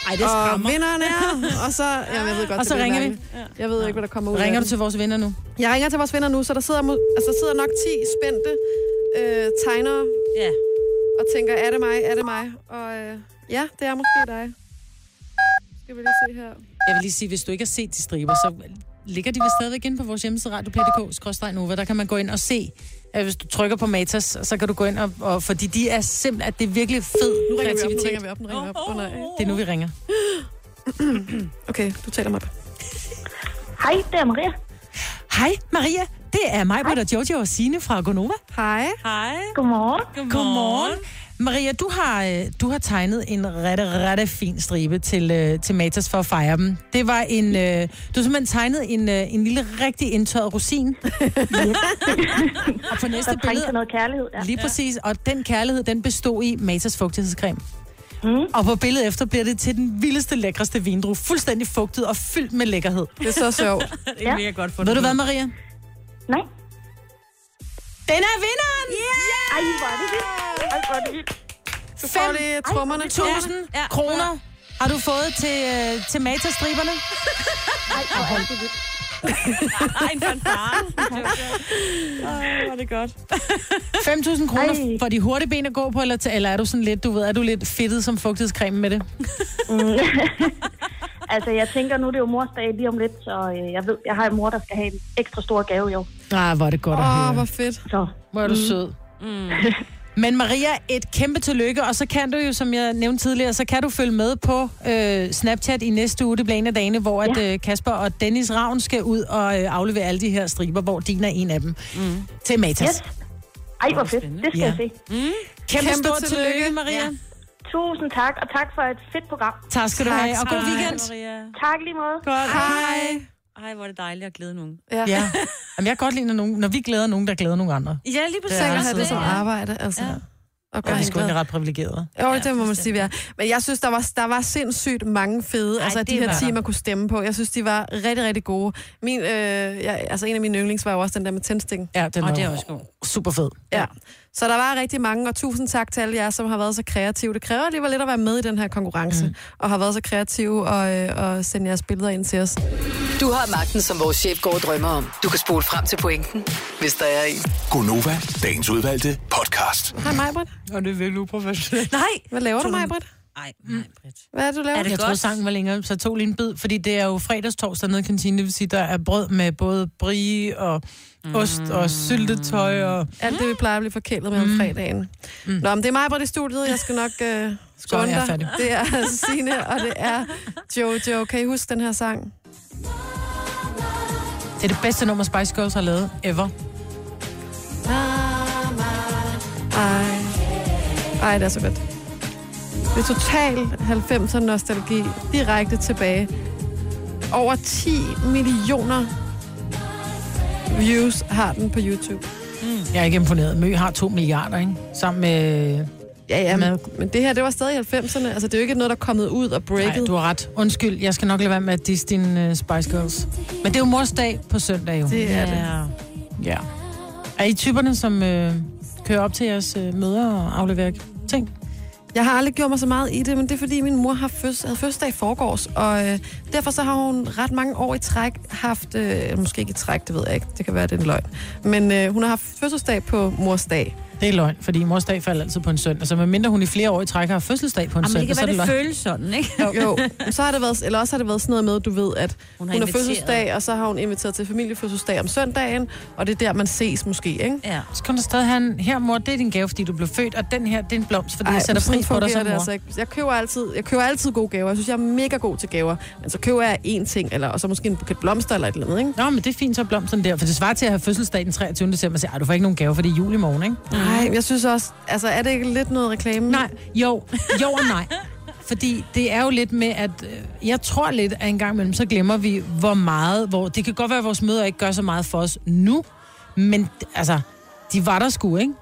Ej, det Og skræmmer. vinderen er, [LAUGHS] og så... Ja, jeg ved godt, Og så det bliver ringer vi. mærkeligt. Jeg ved ikke, hvad der kommer ud af Ringer det. du til vores vinder nu? Jeg ringer til vores venner nu, så der sidder, mod- altså, der sidder nok 10 spændte øh, tegnere Ja. og tænker, er det mig, er det mig? Og øh, ja, det er måske dig. Skal vi lige se her. Jeg vil lige sige, hvis du ikke har set de striber, så ligger de vel stadigvæk inde på vores hjemmeside radioplay.dk-nova. Der kan man gå ind og se, at hvis du trykker på Matas, så kan du gå ind og... og fordi de er simpelthen... At det er virkelig fed Nu ringer vi op, nu kreativitet. ringer vi op, nu ringer vi op. Oh, nej. Det er nu, vi ringer. Okay, du taler mig op. Hej, det er Maria. Hej, Maria. Det er mig, Britt og Jojo og Signe fra Gonova. Hej. Hej. Godmorgen. Godmorgen. Maria, du har, øh, du har tegnet en rette, rette fin stribe til, øh, til Matas for at fejre dem. Det var en... Øh, du har simpelthen tegnet en, øh, en lille rigtig indtørret rosin. og på Der næste trængte billede... til noget kærlighed. Ja. Lige præcis, og den kærlighed, den bestod i Matas fugtighedscreme. Mm. Og på billedet efter bliver det til den vildeste, lækreste vindrue. Fuldstændig fugtet og fyldt med lækkerhed. Det er så sjovt. Det er mega godt for Ved du hvad, Maria? Nej. Den er vinderen! Yeah! Ej, hvor er det vildt. Ej, hvor er det vildt. Du får lige trommerne. Tusind ja. Ja. kroner Har du fået til, øh, til matastriberne? Ej, en [LAUGHS] fanfare. Åh, var det godt. 5.000 kroner for de hurtige ben at gå på, eller, til, eller er du sådan lidt, du ved, er du lidt fedtet som fugtighedscreme med det? Mm. [LAUGHS] altså, jeg tænker, nu er det jo mors dag lige om lidt, så øh, jeg ved, jeg har en mor, der skal have en ekstra stor gave i år. Nej, Ah, hvor er det godt at Åh, høre. oh, hvor fedt. Så Hvor er du sød. Mm. Men Maria, et kæmpe tillykke, og så kan du jo, som jeg nævnte tidligere, så kan du følge med på øh, Snapchat i næste uge, det bliver en af dagene, hvor ja. at, øh, Kasper og Dennis Ravn skal ud og øh, aflevere alle de her striber, hvor din er en af dem, mm. til Matas. yes. Yes. Ej, hvor fedt. Det skal Ja. jeg se. Kæmpe, Kæmpe kæmpe stort tillykke. tillykke, tillykke Maria. Ja. Tusind tak, og tak for et fedt program. Tak skal du Tak, have, og god Ej, weekend. Maria. Tak lige måde. Godt. Hej. Ej, hvor er det dejligt at glæde nogen. Ja. Jamen, jeg kan godt lide, når, nogen, når vi glæder nogen, der glæder nogen andre. Ja, lige præcis. Tænk at altså have det som det, ja. arbejde, altså. Ja. Okay. Ja, vi er sgu ikke ret privilegerede. Jo, det må man sige, vi er. Men jeg synes, der var, der var sindssygt mange fede, Ej, altså det de her var timer der. man kunne stemme på. Jeg synes, de var rigtig, rigtig gode. Min, øh, jeg, altså en af mine yndlings var jo også den der med tændstikken. Ja, den Og var det er også god. super fed. Ja. Så der var rigtig mange, og tusind tak til alle jer, som har været så kreative. Det kræver alligevel lidt at være med i den her konkurrence, mm. og har været så kreative og, øh, og sende jeres billeder ind til os. Du har magten, som vores chef går og drømmer om. Du kan spole frem til pointen, hvis der er en. Gonova, dagens udvalgte podcast. Hej Majbrit. Og det er virkelig uprofessionelt. Nej. Hvad laver du, Majbrit? Ej, nej, Britt. Hvad er det, du laver? Er det Jeg godt? troede, sangen var længere, så jeg tog lige en bid, fordi det er jo fredagstorster nede i kantinen, det vil sige, der er brød med både brie og Mm. ost og syltetøj og... Alt det, vi plejer at blive forkælet med om fredagen. Mm. Nå, men det er mig, hvor det er studiet. Jeg skal nok øh, er skåne jeg dig. færdig. Det er [LAUGHS] Signe, og det er Jojo. Kan I huske den her sang? Det er det bedste nummer, Spice Girls har lavet ever. Ej. Ej, det er så godt. Det er total 90'er nostalgi. Direkte tilbage. Over 10 millioner views har den på YouTube. Jeg er ikke imponeret. Mø har to milliarder, ikke? Sammen med... Ja, ja, men, men det her, det var stadig 90'erne. Altså, det er jo ikke noget, der er kommet ud og Nej, breaket. du har ret. Undskyld, jeg skal nok lade være med at disse dine uh, Spice Girls. Men det er jo mors dag på søndag, jo. Det er det. Ja. Ja. Er I typerne, som øh, kører op til jeres øh, møder og afleverer ting? Jeg har aldrig gjort mig så meget i det, men det er fordi, min mor har føds, havde fødselsdag i forgårs, og øh, derfor så har hun ret mange år i træk haft, øh, måske ikke i træk, det ved jeg ikke, det kan være, det er en løgn, men øh, hun har haft fødselsdag på mors dag. Det er løgn, fordi mors dag falder altid på en søndag. Så medmindre hun i flere år i træk har fødselsdag på en Jamen, det søndag, kan så er være, det det løgn. føles sådan, ikke? Jo, men så har det været, eller også har det været sådan noget med, du ved, at hun Hun har, hun har har inviteret. fødselsdag, og så har hun inviteret til familiefødselsdag om søndagen, og det er der, man ses måske, ikke? Ja. Så kan du stadig have en, her mor, det er din gave, fordi du blev født, og den her, det er en blomst, fordi Ej, jeg sætter sådan pris på dig fungerer som det mor. Altså Altså. ikke. jeg, køber altid, jeg køber altid gode gaver. Jeg synes, jeg er mega god til gaver. Men så køber jeg én ting, eller, og så måske en buket blomster eller et eller andet, ikke? Nå, men det er fint, så er blomsten der, for det svarer til at have fødselsdag den 23. december, og sige, "Ej, du får ikke nogen gave, for det er jul i morgen, ikke? Nej, men jeg synes også, altså er det ikke lidt noget reklame? Nej, jo, jo og nej. Fordi det er jo lidt med, at øh, jeg tror lidt, at en gang imellem, så glemmer vi, hvor meget, hvor det kan godt være, at vores møder ikke gør så meget for os nu, men altså, de var der sgu, ikke?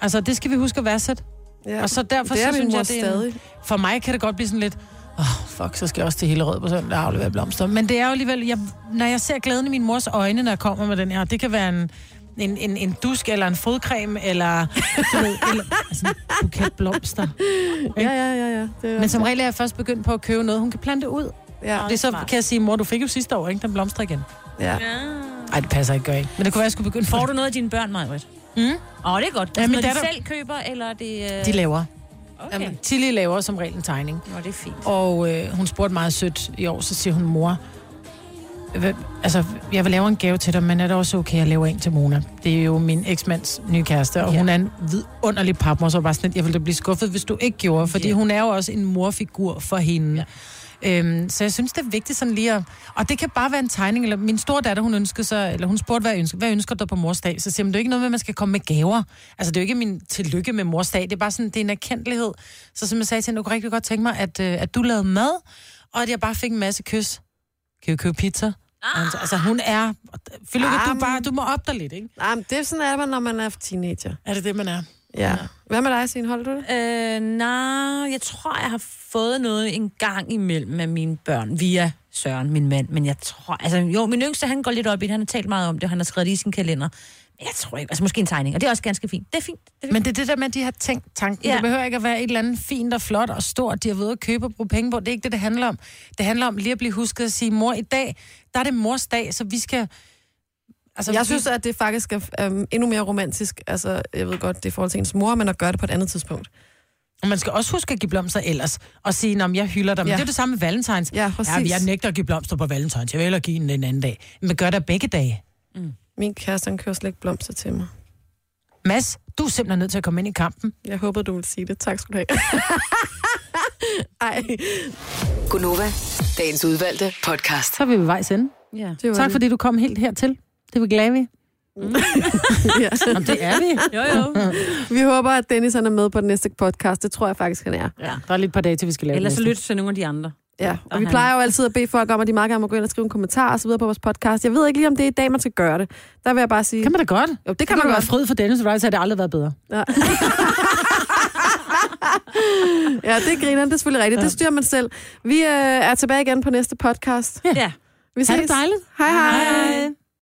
Altså, det skal vi huske at værdsætte. Ja. Og så derfor det er så min synes mor jeg, det er en- stadig. For mig kan det godt blive sådan lidt, åh, oh, fuck, så skal jeg også til Hillerød på søndag og aflevere blomster. Men det er jo alligevel, jeg, når jeg ser glæden i min mors øjne, når jeg kommer med den her, det kan være en, en, en, en dusk eller en fodcreme eller, du ved, eller altså, en buket blomster. Ja, ja, ja, ja. Det er, Men som regel er jeg først begyndt på at købe noget, hun kan plante ud. ja, Det er så kan jeg sige, mor, du fik jo sidste år, ikke? Den blomstrer igen. ja. Nej, det passer ikke, gør jeg ikke. Men det kunne være, jeg skulle begynde Får [LAUGHS] for du noget af dine børn, Majbrit? Mm. Åh, det er godt. Ja, Altså, min når de datter- selv køber, eller er det... Øh... De laver. okay. Okay. Tilly laver som regel en tegning. Nå, det er fint. Og øh, hun spurgte meget sødt i år, så siger hun, mor, hvad, altså, jeg vil lave en gave til dig, men er det også okay, at jeg laver en til Mona? Det er jo min eksmands nye kæreste, og Ja. ja. hun er en vidunderlig papmor, så jeg var bare sådan, lidt, jeg ville da blive skuffet, hvis du ikke gjorde, fordi Ja. hun er jo også en morfigur for hende. Ja. Øhm, så jeg synes, det er vigtigt sådan lige at... Og det kan bare være en tegning, eller min store datter, hun ønskede sig, eller hun spurgte, hvad, jeg ønsker, hvad ønsker du dig på mors dag? Så siger hun, det er jo ikke noget med, at man skal komme med gaver. Altså, det er jo ikke min tillykke med mors dag, det er bare sådan, det er en erkendelighed. Så som jeg sagde til hende, du kunne rigtig godt tænke mig, at, øh, at du lavede mad, og at jeg bare fik en masse kys kan jo købe pizza. Ah. Altså, hun er... Føler du, Ah, du, bare, du må op dig lidt, ikke? Ah, men det er sådan, er man, når man er teenager. Er det det, man er? Ja. Hvad med dig, Signe? Holder du det? Øh, nej, jeg tror, jeg har fået noget en gang imellem med mine børn via Søren, min mand. Men jeg tror, altså jo, min yngste, han går lidt op i det. Han har talt meget om det, han har skrevet det i sin kalender. Jeg tror ikke. Altså måske en tegning, og det er også ganske fint. Det er fint. Men det er det der med, at de har tænkt tanken. Ja. Ja. Det behøver ikke at være et eller andet fint og flot og stort, de har været ude at købe og bruge penge på. Det er ikke det, det handler om. Det handler om lige at blive husket at sige, mor, i dag, der er det mors dag, så vi skal... Altså, jeg synes, at det faktisk er øhm, endnu mere romantisk. Altså, jeg ved godt, det er i forhold til ens mor, men at gøre det på et andet tidspunkt. Og man skal også huske at give blomster ellers, og sige, om jeg hylder dig. Men Ja. ja. det er jo det samme med valentines. Ja, præcis. Ja, jeg nægter at give blomster på valentines. Jeg vil hellere give den en anden dag. Men gør det begge dage. Min kæreste, han kører slet ikke blomster til mig. Mads, du er simpelthen nødt til at komme ind i kampen. Jeg håber, du vil sige det. Tak skal du have. [LAUGHS] [LAUGHS] Ej. Gunova, dagens udvalgte podcast. Så er vi ved vejs ende. Ja. Det var Tak det. fordi du kom helt hertil. Det er vi glade ved. ja. Jamen, det er vi. [LAUGHS] Jo, jo. Vi håber, at Dennis han er med på den næste podcast. Det tror jeg faktisk, han er. Ja. Der er lidt par dage til, vi skal lave Ellers så den næste. lyt til nogle af de andre. Ja, og vi han- plejer jo altid at bede folk om, at de meget gerne må gå ind og skrive en kommentar og så videre på vores podcast. Jeg ved ikke lige, om det er i dag, man skal gøre det. Der vil jeg bare sige... Kan man da godt? Jo, det Kan kan man man være godt. fred for Dennis Rice, har det aldrig været bedre. Ja. [LAUGHS] ja, det griner, det er selvfølgelig rigtigt. Det styrer man selv. Vi øh, er tilbage igen på næste podcast. Ja. Vi ses. Ha' det dejligt. Hej hej. hej. Hej.